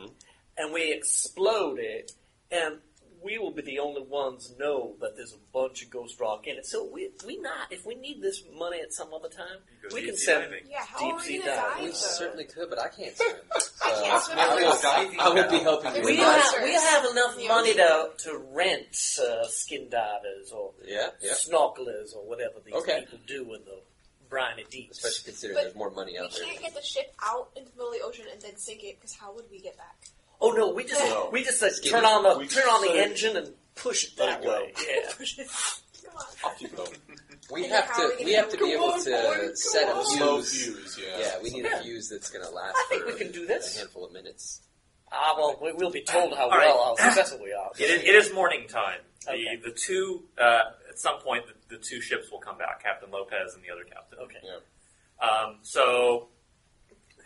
and we explode it, and we will be the only ones know that there's a bunch of ghost rock in it. So we we not if we need this money at some other time,
Go
we can
deep sea
send
diving.
Yeah, how are we
Deep-sea
gonna dive?
diving.
We
though?
certainly could, but I can't swim.
I can't swim.
I will,
diving
I will be
now.
helping you.
It's
We
with that.
have, we have enough
Yeah.
money to, to rent uh, skin divers or
Yeah, yeah.
snorkelers or whatever these
Okay.
people do in the briny deeps.
Especially considering
But
there's more money
We
out there.
can't get the ship out into the middle of the ocean and then sink it because how would we get back?
oh no, we just
No.
we just uh,
it.
turn on the
We
turn on the
let it-
engine and push it
let
that
it go.
way. Yeah.
Come on.
Off you go.
We
And
have
how are
to
we
we
gonna
have to
go
be able
on,
to
boy,
set
go
a
on?
Slow
fuse.
fuse, yeah.
Yeah, we need
Yeah.
a fuse that's going to last.
I think
for
we can do this.
A handful of minutes.
Ah well, we, we'll be told how
All right.
well how successful we are.
It is, it is morning time. The,
Okay.
the two uh, at some point the, the two ships will come back, Captain Lopez and the other captain.
Okay.
Yeah.
Um, so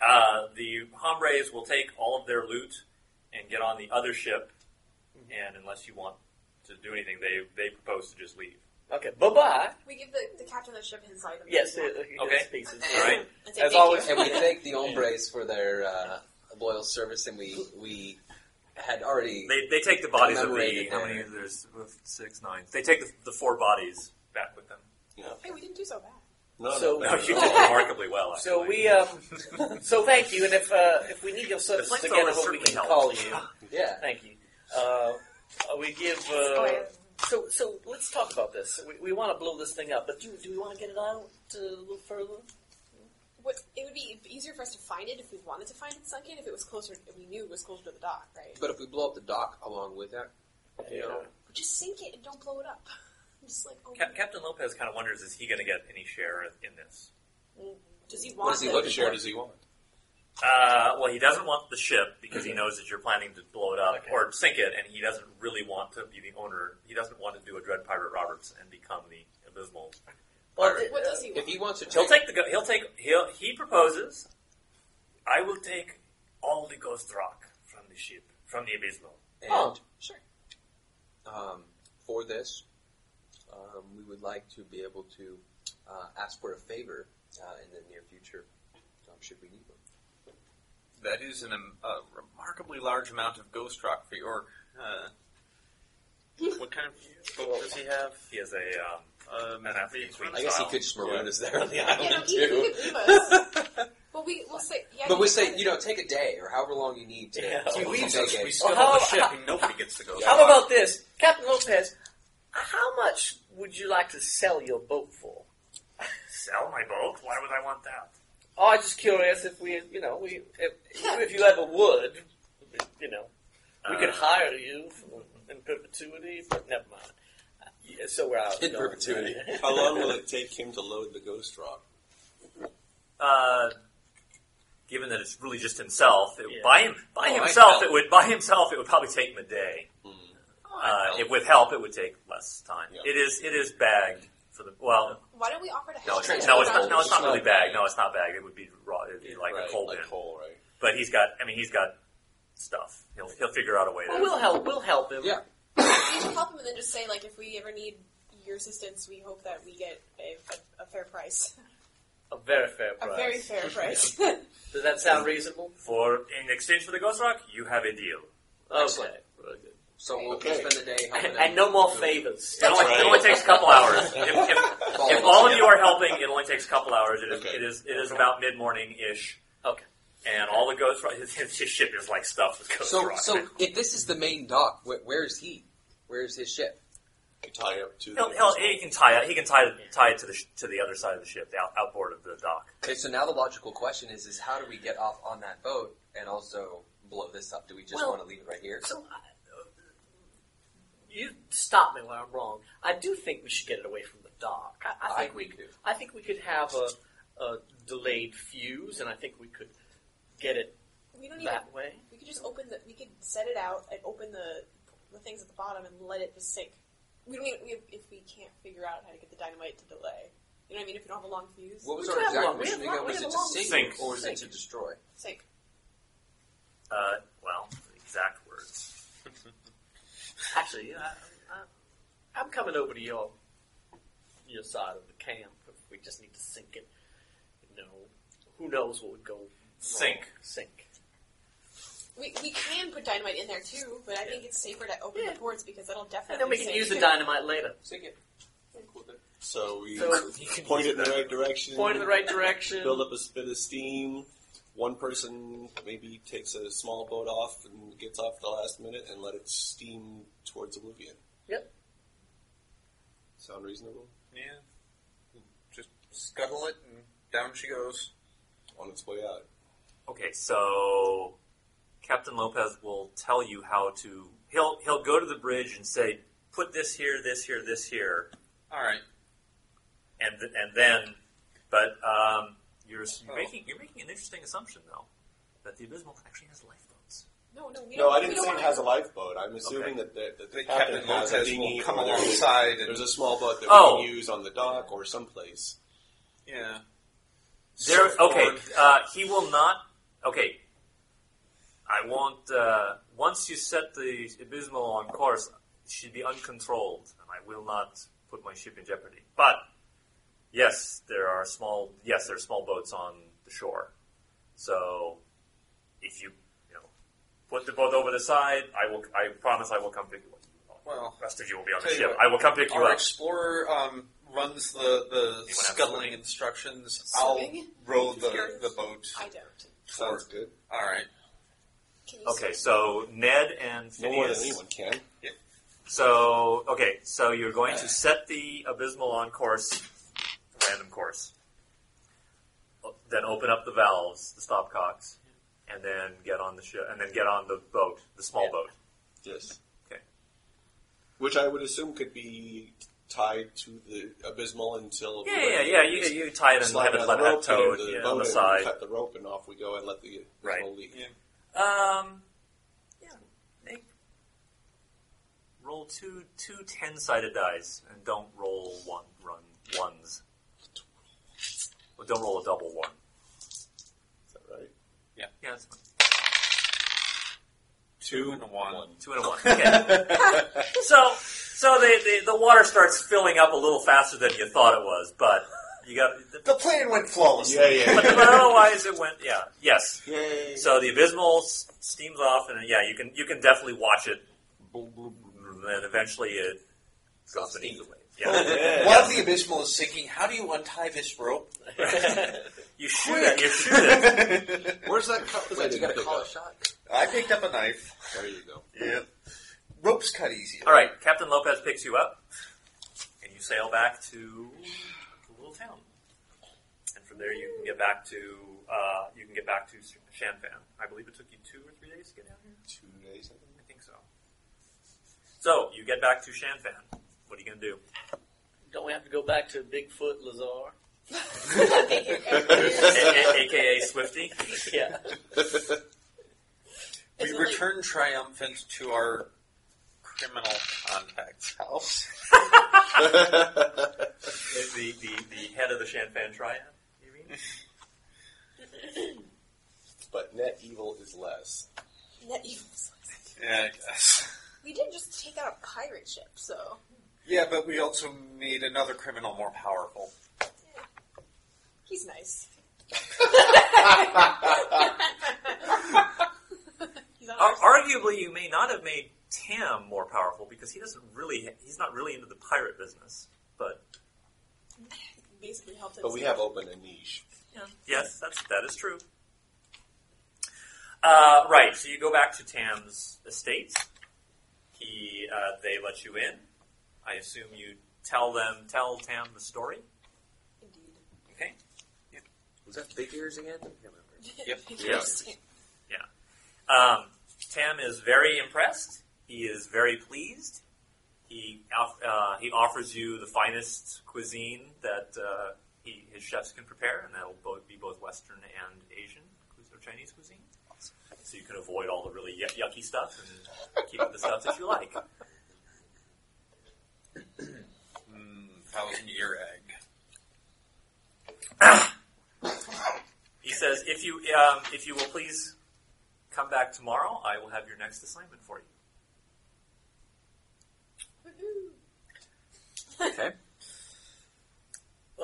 uh, the hombres will take all of their loot and get on the other ship. And unless you want to do anything, they they propose to just leave.
Okay. Bye bye.
We give the, the captain of the ship his item.
Yes. uh,
And
it-
Okay.
it's pieces.
All right.
say,
As
"Thank
always-
you."
and we thank the hombres for their uh, loyal service, and we we had already
They, they take the bodies of the
Commemorated
how
there.
many there's six nine. They take the, the four bodies back with them. Oh.
hey, we didn't do so bad.
No, no,
So-
No,
no,
you
no.
did remarkably well. Actually.
So we um, so thank you, and if uh, if we need your service
flamethrower
to get a
has
hold, we
certainly
can
helped.
call you.
yeah.
Thank you. Uh, uh, we give.
Oh,
Uh,
yeah.
so, so let's talk about this. We, we want to blow this thing up, but do, do we want to get it out uh, a little further?
What, it would be easier for us to find it if we wanted to find it sunk in if it was closer. If we knew it was closer to the dock, right?
But if we blow up the dock along with that, you know,
But just sink it and don't blow it up. I'm just like, oh,
Cap- Captain Lopez kind of wonders: Is he going to get any share in this?
does he want
What does he
this?
look
What share does he want?
Uh, well, he doesn't want the ship because he knows that you're planning to blow it up or sink it, and he doesn't really want to be the owner. He doesn't want to do a Dread Pirate Roberts and become the abysmal.
Well,
pirate.
th-
What does he
If
want?
he wants to take,
He'll take the. go- He'll take. He'll. He proposes. I will take all the Ghost Rock from the ship, from the abysmal.
and,
Oh, sure.
um, for this, um, we would like to be able to uh, ask for a favor uh, in the near future, um, should we need one.
That is an, um, a remarkably large amount of ghost rock for your. Uh, what kind of boat does he have?
He is a. Um,
Um,
An African queen.
I guess he could just maroon us there on the
Yeah,
island
no, he, he
too.
could leave us. But we, we'll say, yeah,
But
he
we
could
say,
leave
you know, take a day or however long you need to.
Yeah.
to
He leaves
take
us.
it.
We
Well,
spill the
how-
ship,
how-
and nobody gets the ghost
How
rock.
about this, Captain Lopez? How much would you like to sell your boat for?
sell my boat? Why would I want that?
Oh, I'm just curious if we, you know, we if, if you ever would, you know, we could
Uh,
hire you for, in perpetuity, but never mind. Uh, Yeah, so we're out.
In
going.
perpetuity.
How long will it take him to load the ghost rock?
Uh, given that it's really just himself, it,
Yeah.
by him, by
Oh, I
himself,
know.
it would by himself it would probably take him a day. Uh,
know.
it, with help, it would take less time.
Yeah.
It is it is bagged for the well.
us. Why don't we offer to
No,
help?
it's,
Straight
no,
to
it's
the
not.
coal.
No, it's not really
It's not
bagged.
bagged.
No, it's not bagged. It would be raw. It'd be like
right,
a coal
like
bin.
coal, right?
But he's got. I mean, he's got stuff. He'll he'll figure out a way. to,
Well, Oh, we'll help. We'll help him.
Yeah.
We should help him and then just say, like, if we ever need your assistance, we hope that we get a, a, a fair price.
A very fair
A
price.
very fair price.
Does that
Mm-hmm.
sound reasonable?
for in exchange for the Ghost Rock, you have a deal.
Okay.
Excellent.
Very good.
So we'll
Okay.
spend the day helping
And,
them
and no more
do it.
favors.
It only, it only takes a couple hours. If, if,
Follow
if
us
all of
again.
you are helping, it only takes a couple hours. It is
Okay.
it is it is about mid morning ish.
Okay.
and all the ghost rock. His, his ship is like stuffed with ghost
So,
rock.
so if this is the main dock, wh- where is he? Where is his ship?
To tie up to
he'll,
the
he'll, he can tie it. He can tie tie it to the sh- to the other side of the ship, the out, outboard of the dock.
Okay, so now the logical question is: is how do we get off on that boat and also blow this up? Do we just
Well,
want to leave it right here?
So, I, you stop me when I'm wrong. I do think we should get it away from the dock. I, I think we.
do.
I think we could have a, a delayed fuse, and I think we could get it
we don't even.
that way.
We could just open the. We could set it out and open the the things at the bottom and let it just sink. We don't even. We, if we can't figure out how to get the dynamite to delay, you know what I mean? If we don't have a long fuse,
What was
We
our
have
exact
one. We
mission
have
again?
one.
Was
We
it
have
to
one.
sink,
Sink.
or was
Sink.
it to destroy?
sink.
Uh, well, the exact words.
Actually, I, I, I'm coming over to your your side of the camp. If we just need to sink it, you know, who knows what would go wrong.
Sink.
sink.
We, we can put dynamite in there too, but I think it's safer to open
Yeah.
the ports because that'll definitely.
And then we can
sink.
use the dynamite later.
Sink it. Sink with it.
So we
So-
You can
point
use
it in the
that.
right direction.
Point in the right direction.
Build up a spit of steam. One person maybe takes a small boat off and gets off at the last minute and let it steam towards oblivion.
Yep.
Sound reasonable?
Yeah. Just scuttle it, and down she goes.
On its way out.
Okay, so Captain Lopez will tell you how to. He'll he'll go to the bridge and say, "Put this here, this here, this here,"
All right.
and th- and then, but um, you're you're
Oh.
making you're making an interesting assumption though that the abysmal actually has lifeboats.
No, no, we
No,
don't.
I
we
didn't
don't
say it
wanna-
has a lifeboat. I'm assuming
Okay.
that the, that the
The
captain,
Captain
has
Lopez
a dinghy.
will come
or there's-
alongside and
There's a small boat that
Oh.
we can use on the dock or someplace.
yeah.
There,
Surf
okay,
board.
uh, he will not. Okay, I won't. Uh, once you set the abysmal on course, she'd be uncontrolled, and I will not put my ship in jeopardy. But yes, there are small. Yes, there are small boats on the shore. So if you, you know, put the boat over the side, I will. I promise I will come pick you up.
Well,
The rest of you will be on the
tell you
ship.
what,
I will come pick you
Our
up.
explorer um, runs the, the
have
scuttling
swimming?
instructions.
Swimming?
I'll row the,
Scared.
the boat.
I don't.
Sounds good.
All right.
Can you
Okay, so Ned and
No more than
Phineas.
anyone can.
So okay, so you're going to set the abysmal on course, random course. O- Then open up the valves, the stopcocks, and then get on the ship, and then get on the boat, the small
Yeah.
boat.
Yes.
Okay.
Which I would assume could be tied to the abysmal until
Yeah, yeah, yeah, you- you tie it and
slide
have it
down
let
the
that
rope, put
toad,
in the
yeah,
boat
on the
and
side.
cut the rope, and off we go, and let the abysmal
Right.
leak.
Um, yeah. Make, roll two two ten sided dice and don't roll one run ones. Well, don't roll a double one.
Is that right?
Yeah, that's fine.
Two and a one.
Two and a one. Okay. so so the, the the water starts filling up a little faster than you thought it was, but you got
The plan went flawlessly.
Yeah, yeah.
but, but otherwise it went yeah yes.
Yay.
So the abysmal s- steams off, and yeah, you can you can definitely watch it, and evensteams it goes beneath the wave. Yeah.
While the abysmal is sinking, how do you untie this rope?
You shoot it. You shoot it.
Where's that cup
Wait,
that
you
you
gotta
pick
call
up?
a shot.
I picked up a knife.
There you go.
Yeah. Ropes cut easier.
All right, Captain Lopez picks you up, and you sail back to the little town. And from there, you can get back to uh, you can get back to Shanfan. I believe it took you two or three days to get down here.
Two days. I think.
I think so. So you get back to Shanfan. What are you gonna do?
Don't we have to go back to Bigfoot Lazar?
A- a- AKA Swifty.
Yeah.
We
Isn't it-
return triumphant to our criminal contact's house.
The, the, the- the head of the Shanfan triad, you mean?
But net evil is less.
Net evils.
Yeah, I guess.
We did just take out a pirate ship, so
Yeah, but we also made another criminal more powerful.
he's nice. he's on
Ar-
our
arguably, you may not have made Tam more powerful because he doesn't really, he's not really into the pirate business. But
side. basically helped us.
But we have opened a niche.
yes, that's, that is true. Uh, right, so you go back to Tam's estate. He, uh, they let you in. I assume you tell them, tell Tam the story.
Indeed.
Okay.
Was that Big Ears again? I can't remember.
Yep.
Yes. Um, Tam is very impressed. He is very pleased. He off- uh, he offers you the finest cuisine that uh, he, his chefs can prepare, and that'll both be both Western and Asian cuis- or Chinese cuisine. So you can avoid all the really yuck- yucky stuff and keep the stuff that you like.
Thousand year egg.
He says, "If you um, if you will please come back tomorrow, I will have your next assignment for you."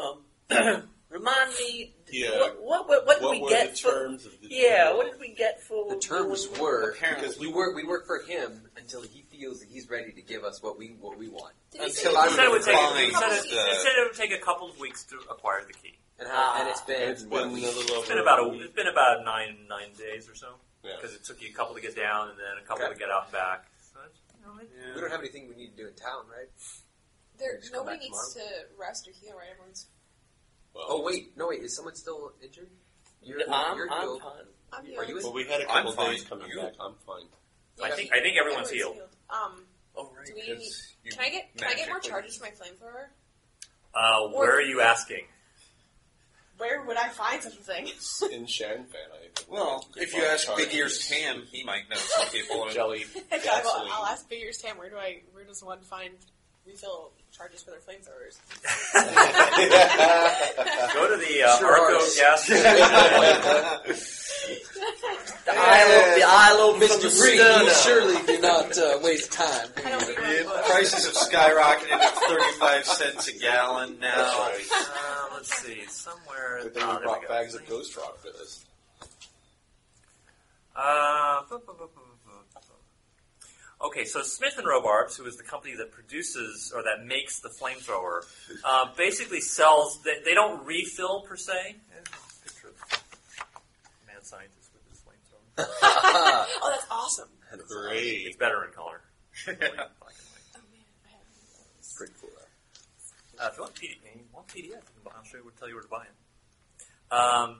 Um, remind me.
Yeah.
What, what, what, what did
what
we
were
get
the
for?
terms of the
yeah. What did we get for?
The terms
doing-
were
Apparently.
we work we work for him until he feels that he's ready to give us what we what we want.
Did he say
Until
He
I'm
said it would take he
fine.
said it,
with
he
uh,
the-
said it would take a couple of weeks to acquire the key.
And, how, and it's been,
It's
Ah, what,
been a
we-
little over.
It's been about a, it's been about nine nine days or so
Yeah.
because it took you a couple to get down and then a couple
Okay.
to get out and back. So it's, you know, it-
we don't have anything we need to do in town, right?
There,
Just come
nobody
back
needs to rest or heal, right? Everyone's.
Well,
Oh wait, no wait, is someone still injured? You're,
I'm,
you're
I'm
healed.
fine.
I'm
Are
healing.
you
Well, we had a
I'm
couple
fine.
days coming
You-
back. I'm fine.
I think I think everyone's healed.
Um,
Oh,
Do we-
'cause you
can I get can I get more
magically-
charges for my flamethrower?
Uh, where are you asking?
Where would I find such a thing?
In Shanfan, I
Well,
Good
if you
point.
ask Big
Charges.
Ears Tam, he might know some people.
jelly
I will,
gasoline.
I'll ask Big Ears Tam. Where do I? Where does one find refill charges for their flamethrowers?
Go to the uh,
Sure
Arco
are.
gas.
The aisle, the aisle open from the
Mr. Reed,
stern.
you
up.
surely do not uh, waste time. do
I
you?
don't need one.
Yeah, the
book.
prices have skyrocketed at 35 cents a gallon
That's
now.
right.
Uh, let's see, somewhere.
Good thing
ah,
we
there
brought
go.
bags of ghost rock with us.
Uh, bu- bu- bu- bu- bu- bu- okay, so Smith and Robards, who is the company that produces or that makes the flamethrower, uh, basically sells. They, they don't refill per se. Picture of mad scientist with his flamethrower.
Oh, that's awesome.
It's
Great.
better in color. Black and white.
Oh man, I have one of those.
Pretty cool.
Uh, if you want PDF, you want PDF, I'll show you where, tell you where to buy it. Um,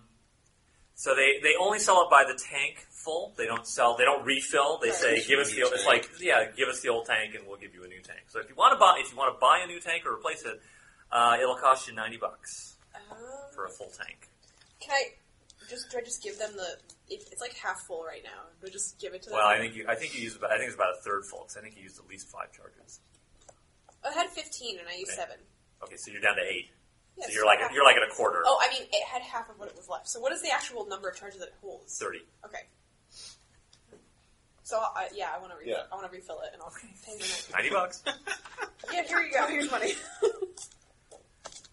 So they, they only sell it by the tank full. They don't sell. They don't refill. They say, "Give us the old." It's like, yeah, give us the old tank, and we'll give you a new tank. So if you want to buy, if you want to buy a new tank or replace it, uh, it'll cost you ninety bucks for a full tank.
Can I just do I just give them the? It, it's like half full right now. Do I just give it to them?
Well, I think you, I think you used about, I think it's about a third full. 'cause I think you used at least five charges.
I Oh, had fifteen and I used
Okay.
seven.
Okay, so you're down to eight.
Yes,
so you're like
half.
you're like at a quarter.
Oh, I mean, it had half of what it was left. So what is the actual number of charges that it holds?
Thirty.
Okay. So I, yeah, I want to refill.
Yeah.
I want to refill it, and I'll pay the
Ninety bucks.
night. Yeah, here you go. Here's money.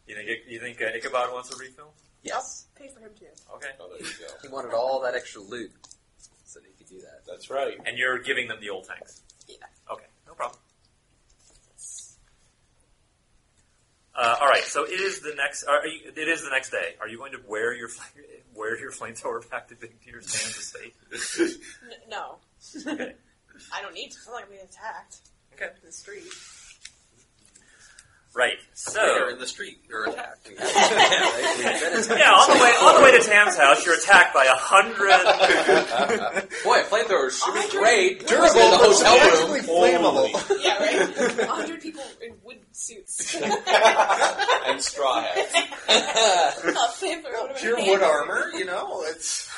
You think you think uh, Ichabod wants a refill?
Yes.
Pay for him too.
Okay.
Oh, there you go.
He wanted all that extra loot, so that he could do that.
That's right.
And you're giving them the old tanks.
Yeah.
Okay, no problem. Uh, all right, so it is the next. uh, Are you, it is the next day. Are you going to wear your fl- wear your flamethrower back to Big Peter's Kansas State?
N- no,
Okay.
I don't need to. I'm not gonna be attacked.
Okay.
In the street.
Right. So
Later in the street, you're attacked.
yeah, on the way on the way to Tam's house, you're attacked by a hundred.
Boy, a flamethrower should be great.
Durable,
in the
but
hotel
actually
room.
flammable.
Yeah, right. A hundred people in wood suits.
and straw hats.
Oh, flamethrower would've been
Pure wood
amazing.
armor, you know. It's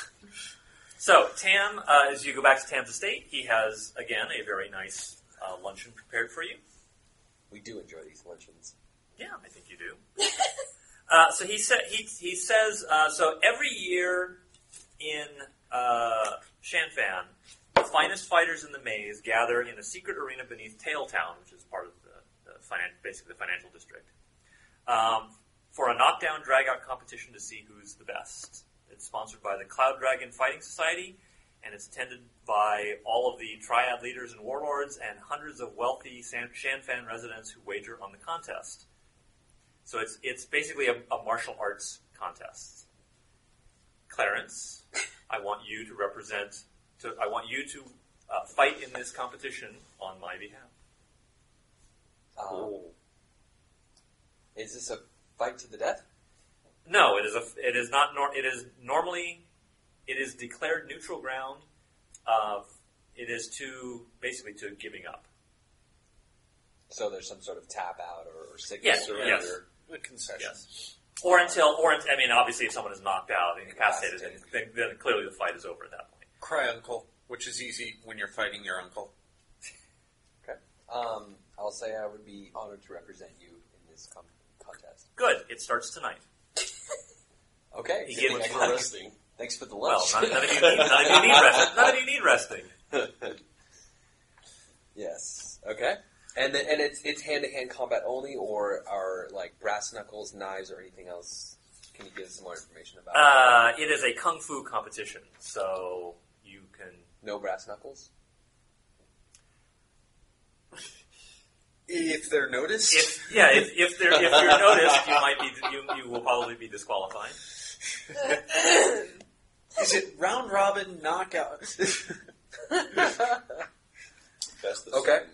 So Tam, uh, as you go back to Tam's estate, he has again a very nice uh, luncheon prepared for you.
We do enjoy these luncheons.
Yeah, I think you do. Uh, so he said he he says uh, so every year in uh, Shanfan, the finest fighters in the maze gather in a secret arena beneath Tailtown, which is part of the, the finan- basically the financial district, um, for a knockdown dragout competition to see who's the best. It's sponsored by the Cloud Dragon Fighting Society, and it's attended by all of the triad leaders and warlords and hundreds of wealthy San- Shanfan residents who wager on the contest. So it's it's basically a, a martial arts contest. Clarence, I want you to represent. To, I want you to uh, fight in this competition on my behalf.
Um, Is this a fight to the death?
No, it is a. It is not. Nor, it is normally. It is declared neutral ground. Uh, it is to basically to giving up.
So there's some sort of tap out or, or signal
Yes,
surrender.
yes.
A concession.
Yes. Or until, or I mean, obviously, if someone is knocked out, incapacitated, then, then, then clearly the fight is over at that point.
Cry uncle, which is easy when you're fighting your uncle.
Um, I'll say I would be honored to represent you in this com- contest.
Good. It starts tonight.
Okay.
You get it.
Thanks for resting. Thanks for the
Well,
lunch.
none, none of you need, none of you need resting. None of you need resting.
Yes. Okay. And then, and it's it's hand to hand combat only, or are like brass knuckles, knives, or anything else? Can you give us some more information about?
Uh, it is a kung fu competition, so you can.
no brass knuckles.
If they're noticed,
If yeah, if, if, there, if you're noticed, you might be you, you will probably be disqualified.
is it round robin knockout?
Best of
Okay.
seven.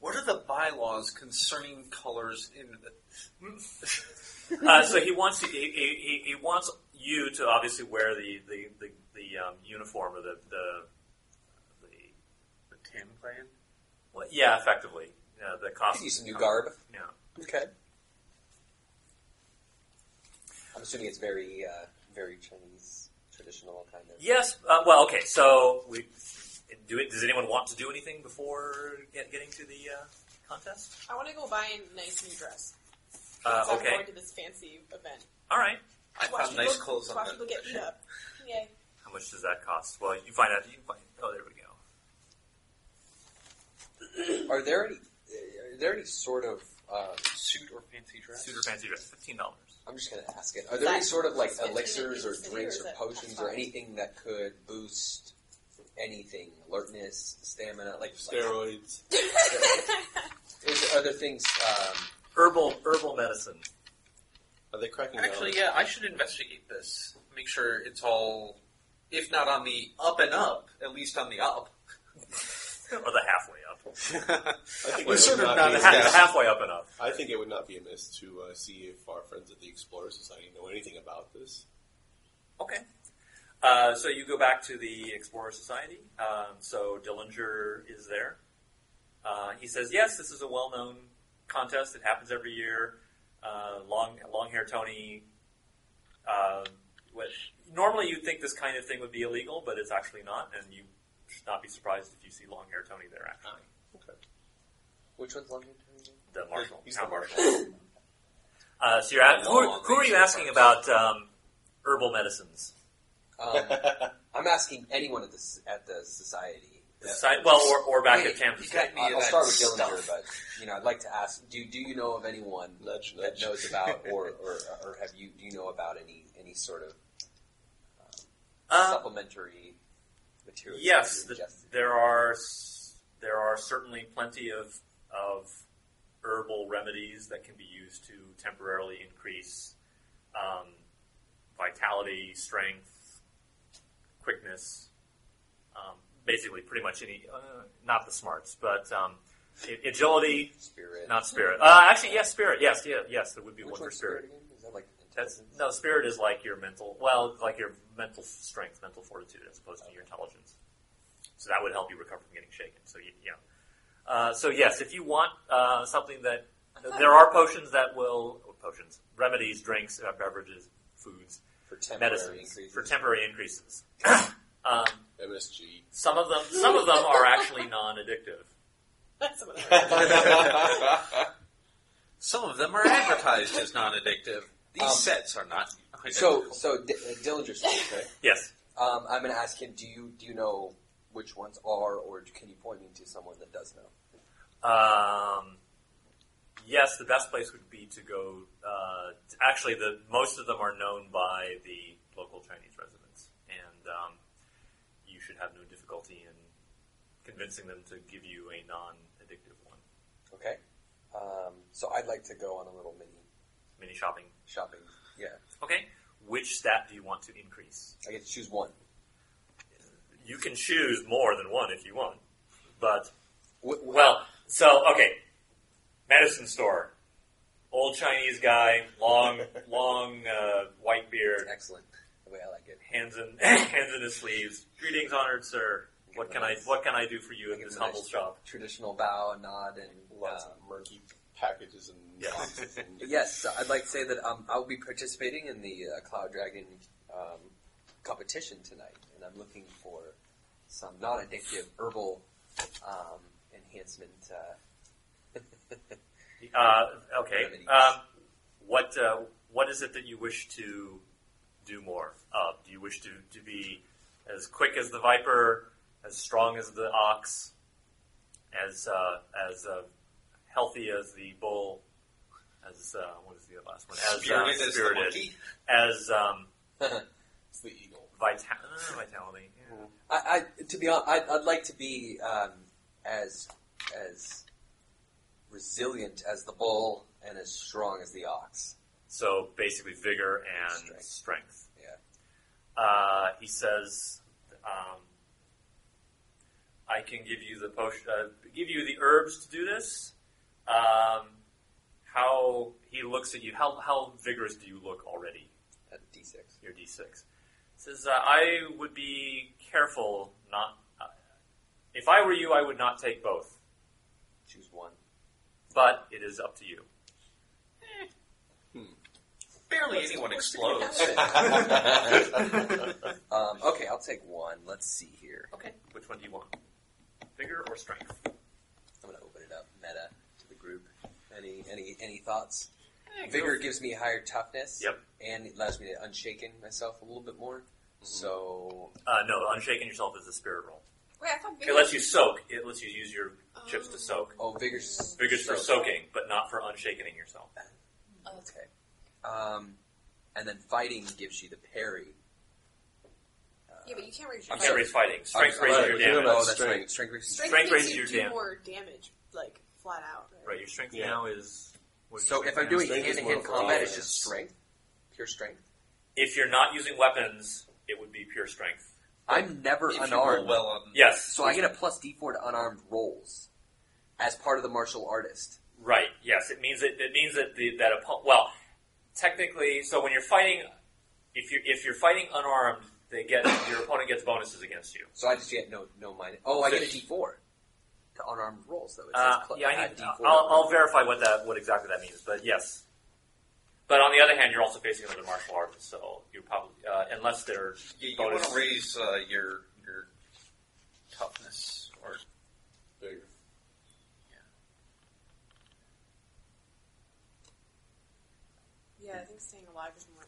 what are the bylaws concerning colors in the?
Uh, so he wants he, he, he- he wants you to obviously wear the the, the, the um, uniform or the the, the
The Tam clan.
Well, yeah, effectively. Yeah, the
I
costume.
could use some new garb.
Yeah.
Okay. I'm assuming it's very uh, very Chinese traditional kind of.
Yes. Uh, well, okay. So we do it. Does anyone want to do anything before get, getting to the uh, contest?
I want to go buy a nice new dress.
Uh,
So I'm
okay.
going to this fancy event.
All right.
I
watch
found nice
people,
clothes on
watch
the.
people get beat up. Yay.
How much does that cost? Well, you find out. You find. Oh, there we go.
Are there any? uh, Are there any sort of? Um,
Uh, Suit or fancy dress?
Suit or fancy dress, fifteen dollars.
I'm just going to ask it. Are there any sort of like elixirs or drinks
Is
or
it-
potions or anything that could boost anything? Alertness, stamina, like, like
Steroids.
is, are there things? Um,
Herbal herbal medicine.
Are they cracking down?
Actually, yeah, I should investigate this. Make sure it's all, if not on the up and up, at least on the up.
or Oh, the halfway up.
I think,
We're
it
sort
would
of
not
not
The
be a
ha-
miss-
the halfway up and up.
I think it would not be amiss to uh, see if our friends at the Explorer Society know anything about this.
Okay. Uh, so you go back to the Explorer Society. Um, so Dillinger is there. Uh, he says, "Yes, this is a well-known contest. It happens every year. Uh, long, long hair Tony. Uh, what, normally, you'd think this kind of thing would be illegal, but it's actually not, and you should not be surprised if you see long hair Tony there. Actually,
Which one's longer term?
the marshal,
He's
town
the
marshal. uh, so you're at, who, are- who are you asking about um, herbal medicines?
Um, I'm asking anyone at the s- at the society.
The society- well, or- or back at campus.
You got me I'll
I'll
start with
stuff.
Dillinger, but you know, I'd like to ask: Do do you know of anyone that knows about, or, or or have you do you know about any any sort of um, supplementary material?
Uh, Yes,
that you
th- there are s- there are certainly plenty of of herbal remedies that can be used to temporarily increase um, vitality, strength, quickness. Um, basically, pretty much any uh, not the smarts, but um, a- agility,
spirit,
not spirit. Uh, actually, yes, spirit. Yes, yeah, yes. There would be one for spirit.
Is that like
That's, no, spirit is like your mental, well, like your mental strength, mental fortitude, as opposed to your intelligence. So that would help you recover from getting shaken. So you, yeah. Uh, so yes, if you want uh, something that there are potions that will oh, potions, remedies, drinks, uh, beverages, foods,
for temporary
medicines
increases.
for temporary increases. um,
MSG.
Some of them, some of them are actually non-addictive.
That's what
Some of them are advertised as non-addictive. These
Um,
sets are not.
So so D- uh, Dillinger speaks, right?
Yes.
Um, I'm going to ask him: Do you do you know which ones are, or can you point me to someone that does know?
Um, yes, the best place would be to go. Uh, t- actually, the most of them are known by the local Chinese residents, and um, you should have no difficulty in convincing them to give you a non-addictive one.
Okay. Um, so I'd like to go on a little mini
Mini shopping.
shopping. Yeah,
Okay. Which stat do you want to increase?
I get to choose one.
You can choose more than one if you want, but
Wh- wh-
Well, so okay, medicine store, old Chinese guy, long, long uh, white beard,
excellent. The way I like it.
hands in hands in his sleeves. Greetings, honored sir. What can I what can I do for you in
Give
this
him a
humble
nice
shop?
Traditional bow and nod and
Lots
um,
of murky packages and
Yeah.
boxes and
yes, so I'd like to say that um, I'll be participating in the uh, Cloud Dragon um, competition tonight, and I'm looking for some non-addictive herbal um, enhancement. Uh,
Uh, okay. Um, what uh, what is it that you wish to do more of? Do you wish to, to be as quick as the viper, as strong as the ox, as uh, as uh, healthy as the bull, as uh, what is the last one? As uh,
Spirited as the
spirited,
monkey?
as um,
it's the eagle.
vita- uh, vitality. yeah.
I, I to be honest, I'd, I'd like to be um, as as resilient as the bull and as strong as the ox.
So basically, vigor and
Strength.
strength.
Yeah.
Uh, he says, um, "I can give you the potion, uh, give you the herbs to do this." Um, how he looks at you. How how vigorous do you look already?
At D six.
Your D six says, uh, "I would be careful not. Uh, if I were you, I would not take both.
Choose one.
But it is up to you."
Barely anyone explodes.
Um, okay, I'll take one. Let's see here.
Okay. Which one do you want? Vigor or strength?
I'm gonna open it up meta to the group. Any any any thoughts? Vigor gives me higher toughness.
Yep.
And it allows me to unshaken myself a little bit more. So
Uh, no, unshaking yourself is a spirit roll.
Wait, I thought
It lets you soak. It lets you use your chips to soak.
oh, vigor's
Vigor's for soaking, but not for unshaking yourself.
Okay. Um, and then fighting gives you the parry.
Yeah, but you can't raise your
You can't raise fighting. Strength
I'm
raises
sorry,
your
we're doing
damage.
about
Oh, that's
strength.
right. Strength raises
Strength,
Strength
makes
raises
you
your
do
dam-
more damage, like flat out.
Right, your strength
Yeah.
now is. what is
So
your
if I'm
strength
doing
now?
Strength is
hand to hand
more for
combat, it's
offense.
just strength, pure strength.
if you're not using weapons, it would be pure strength.
I'm never
If you roll
unarmed,
well on
Yes.
so I get a plus D4 to unarmed rolls as part of the martial artist.
Right. Yes, it means that it means that the that oppo- well, technically, so when you're fighting If you're if you're fighting unarmed, they get your opponent gets bonuses against you.
So I just get no no minus. Oh, I get a D4 to unarmed rolls though. It says
Uh,
pl-
yeah, I
add
need,
D4
I'll, I'll verify what that what exactly that means, but yes. But on the other hand, you're also facing another martial artist, so you probably uh, unless they're
You, you want
bonus-
to raise uh, your your toughness or
Bigger.
Yeah, I think staying alive is more.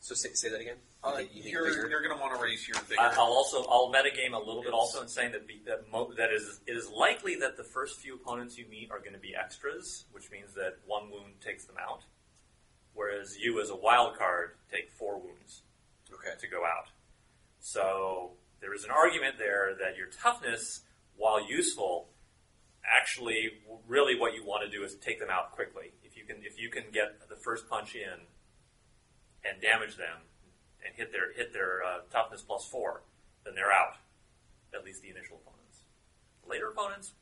So say, say that again.
Uh,
You think
you're Uh, um,
bigger?
you're going to want to raise your vigor.
I- I'll also I'll metagame a little bit also in saying that the, that, mo- that is it is likely that the first few opponents you meet are going to be extras, which means that one wound takes them out, whereas you as a wild card take four wounds
Okay.
to go out. So there is an argument there that your toughness, while useful, actually w- really what you want to do is take them out quickly. If you can if you can get the first punch in and damage them and hit their hit their uh, toughness plus four, then they're out. At least the initial opponents. Later opponents,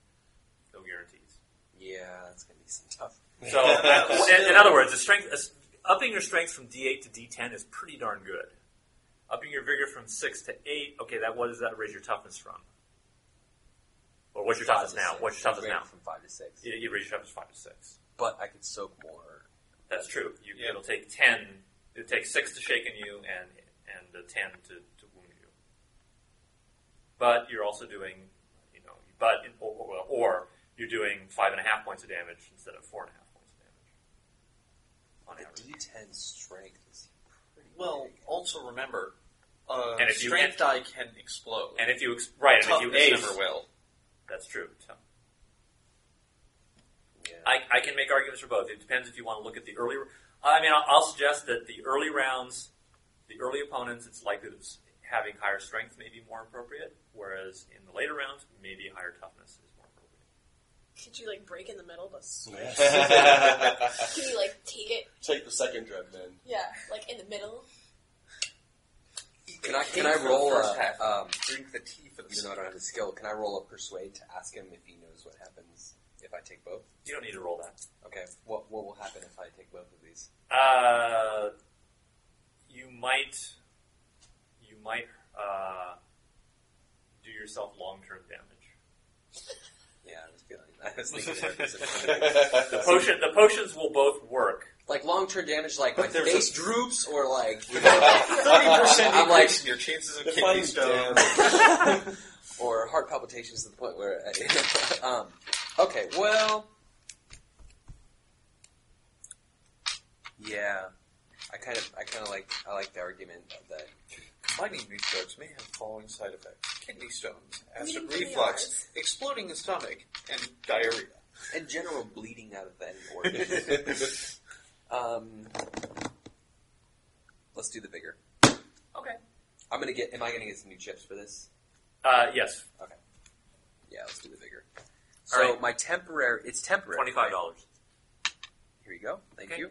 no guarantees.
Yeah, that's gonna be some tough.
So uh, in, in other words, the strength uh, upping your strength from D8 to D10 is pretty darn good. Upping your vigor from six to eight, okay, that what does that raise your toughness from? Or what's your
Five
toughness
to
now?
six.
What's your toughness
Rated
now?
From five to six.
You, you raise your toughness five to six.
But I could soak more.
That's true. You, It'll take ten. It takes six to shaken you, and and uh, ten to, to wound you. But you're also doing, you know, but in, or, or, or you're doing five and a half points of damage instead of four and a half points of damage on average.
D10 strength is pretty.
well, also remember, uh,
And if you hit-
strength die can explode.
And if you ex- right, and if you
Toughness
ace,
never will.
that's true. So
Yeah.
I, I can make arguments for both. It depends if you want to look at the early. I mean, I'll, I'll suggest that the early rounds, the early opponents, it's likely that s- having higher strength may be more appropriate, whereas in the later rounds, maybe higher toughness is more appropriate.
Could you like break in the middle, but switch?
Take
Can you like take it?
the second dread, then.
Yeah, like in the middle.
Can I can
Aim
I
for the
roll
first
a
half.
um,
drink the tea for the
even though I don't have the skill? Can I roll a persuade to ask him if he knows what happens if I take both?
You don't need to roll that.
Okay. What what will happen if I take both of these?
Uh, you might, you might uh, do yourself long-term damage.
Yeah, I was feeling. I was thinking. about this.
The potion, the potions will both work.
like long term damage, like
But
my
there's
face droops, or like you
Thirty
know,
percent
I'm like,
increase in your chances of
The
kidney
fun's
stone.
or heart palpitations to the point where. um, okay, well, yeah, I kind of, I kind of like, I like the argument of that.
Combining these drugs may have the following side effects: kidney stones, acid
Bleeding kidney
reflux, exploding the stomach, and diarrhea.
and general bleeding out of that organ. um, let's do the bigger.
Okay.
I'm gonna get. Am I gonna get some new chips for this?
Uh, yes,
Yeah, let's do the bigger.
All
So
right.
my temporary, it's temporary.
twenty-five dollars.
Here you go. Thank
Okay.
you.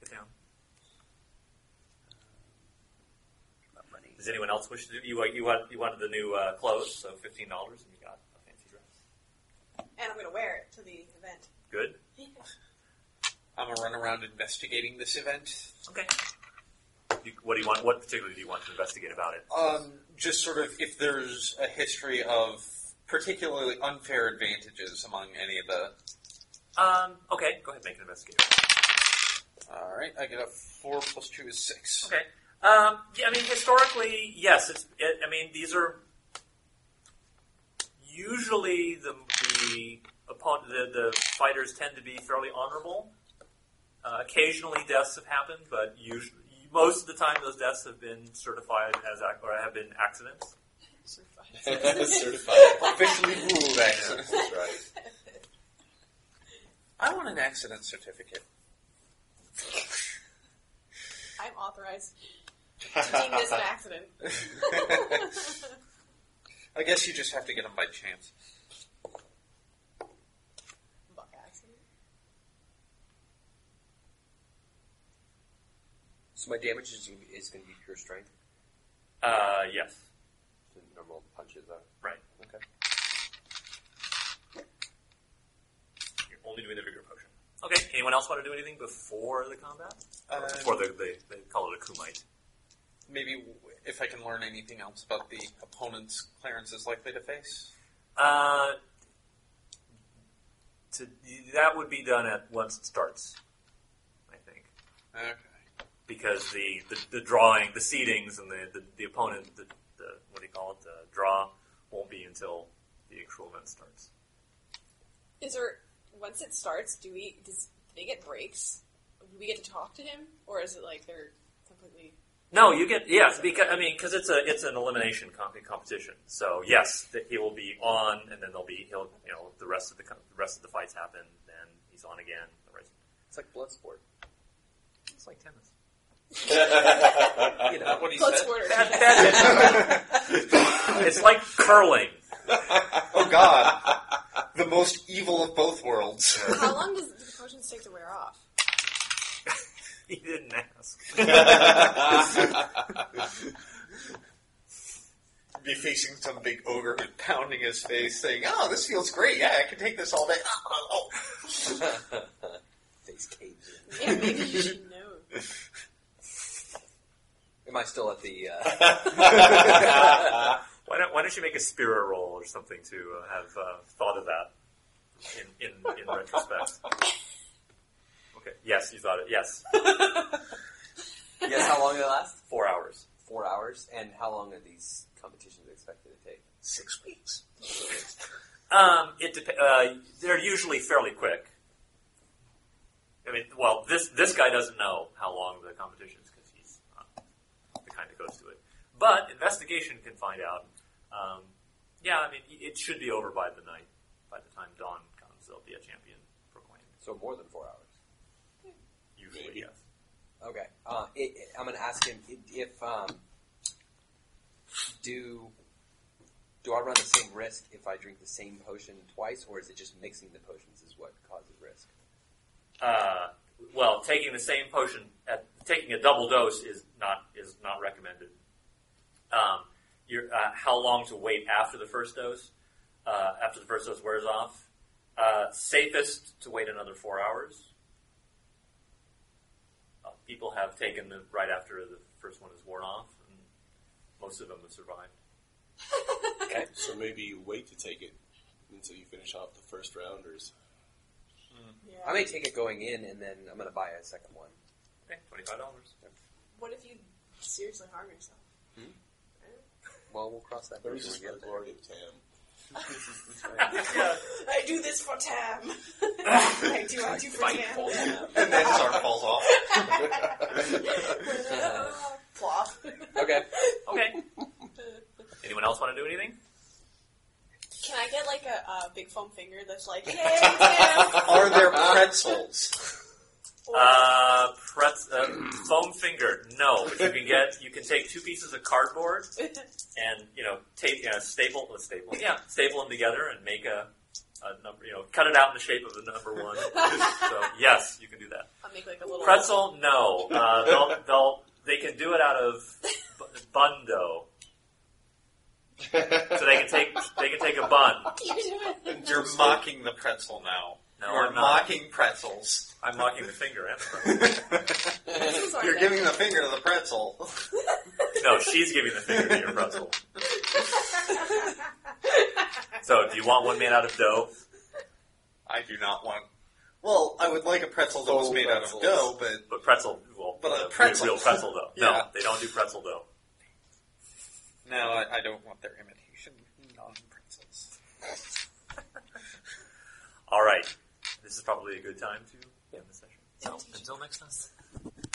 Get down.
Not money.
Does anyone else wish to do? You wa- you want you wanted the new uh, clothes, so fifteen dollars, and you got a fancy dress.
And I'm gonna wear it to the event.
Good.
I'm gonna run around investigating this event.
Okay. You, what do you want? What particularly do you want to investigate about it?
Um, just sort of if there's a history of particularly unfair advantages among any of the.
Um. Okay. Go ahead. Make an investigation.
All right, I get a four plus two is six.
Okay. Um, yeah, I mean, historically, yes. It's. It, I mean, these are usually the the, opponent, the the fighters tend to be fairly honorable. Uh, occasionally, deaths have happened, but usually, most of the time, those deaths have been certified as ac- or have been accidents.
Certified.
Officially ruled accident.
That's right.
I want an accident certificate.
I'm authorized to deem this an accident.
I guess you just have to get them by chance.
Buck accident.
So my damage is, is going to be pure strength.
Uh, yes.
The normal punches are
Right.
okay.
You're only doing the vigor potion. Okay. Anyone else want to do anything before the combat?
Um,
Before the, they, they call it a kumite.
maybe if I can learn anything else about the opponent's clearances likely to face.
Uh, to, that would be done at once it starts, I think.
Okay.
Because the, the, the drawing, the seedings, and the, the, the opponent, the, the what do you call it, the draw, won't be until the actual event starts.
Is there once it starts? Do we does do they get breaks? Do we get to talk to him, or is it like they're completely?
No, you get yes because I mean because it's a it's an elimination com- competition. So yes, that he will be on, and then there'll be he'll you know the rest of the, com- the rest of the fights happen, then he's on again. The rest-
It's like blood sport.
It's like tennis.
you know what he
Blood
said.
sport.
it's like curling.
Oh God, the most evil of both worlds.
How long does the potions take to wear off?
He didn't ask.
Be facing some big ogre and pounding his face, saying, "Oh, this feels great. Yeah, I can take this all day." Oh, oh, oh.
Face caved
Yeah, maybe you should know.
in. Am I still at the? Uh...
Why don't Why don't you make a spirit roll or something to uh, have uh, thought of that in, in, in retrospect? Okay. Yes, you thought it. Yes,
yes. How long do they last?
four hours.
Four hours. And how long are these competitions expected to take?
Six weeks.
Um, it dep- uh, they're usually fairly quick. I mean, well, this this guy doesn't know how long the competition is because he's not the kind that goes to it. But investigation can find out. Um, yeah, I mean, it should be over by the night. By the time dawn comes, there'll be a champion proclaimed.
So more than four hours.
Usually,
Maybe.
yes.
Okay. Uh, it, it- I'm going to ask him i- if um, do do I run the same risk if I drink the same potion twice, or is it just mixing the potions is what causes risk?
Uh, well, taking the same potion, at, taking a double dose is not is not recommended. Um, you're, uh, how long to wait after the first dose? Uh, after the first dose wears off, uh, safest to wait another four hours. Uh, people have taken the right after the first one is worn off, and most of them have survived.
So maybe you wait to take it until you finish off the first rounders.
Yeah.
I may take it going in, and then I'm going to buy a second one.
Okay, twenty-five dollars.
what if you seriously harm yourself?
Well, we'll cross that
There
bridge
was
when we
just the
get there.
glory of Tam.
I do this for Tam. I do. I do for Tam.
And then his arm falls off.
Plop.
Okay.
Okay. Anyone else want to do anything?
Can I get like a uh, big foam finger that's like, yay, Tam?
Are there pretzels?
Or-
Uh, pretz- uh, foam finger. No, but you can get you can take two pieces of cardboard and you know tape uh, staple uh, staple yeah staple them together and make a, a number you know cut it out in the shape of the number one. so yes, you can do that.
I'll make like a little
Pretzel. No, uh, they'll, they'll they can do it out of bu- bun dough. So they can take they can take a bun.
You're doing
You're mocking the pretzel now.
No,
You're
I'm not.
mocking pretzels.
I'm mocking the finger. and the pretzel.
Pretzels aren't
You're
bad.
giving the finger to the pretzel.
No, she's giving the finger to your pretzel. So do you want one made out of dough?
I do not want.
Well, I would like a pretzel that was
Oh,
made out of
pretzels.
dough, but
But pretzel, well,
But a
the
pretzel.
real pretzel dough. No,
Yeah.
they don't do pretzel dough.
No, I, I don't want their imitation non pretzels.
All right, this is probably a good time to end the session. So, until next time.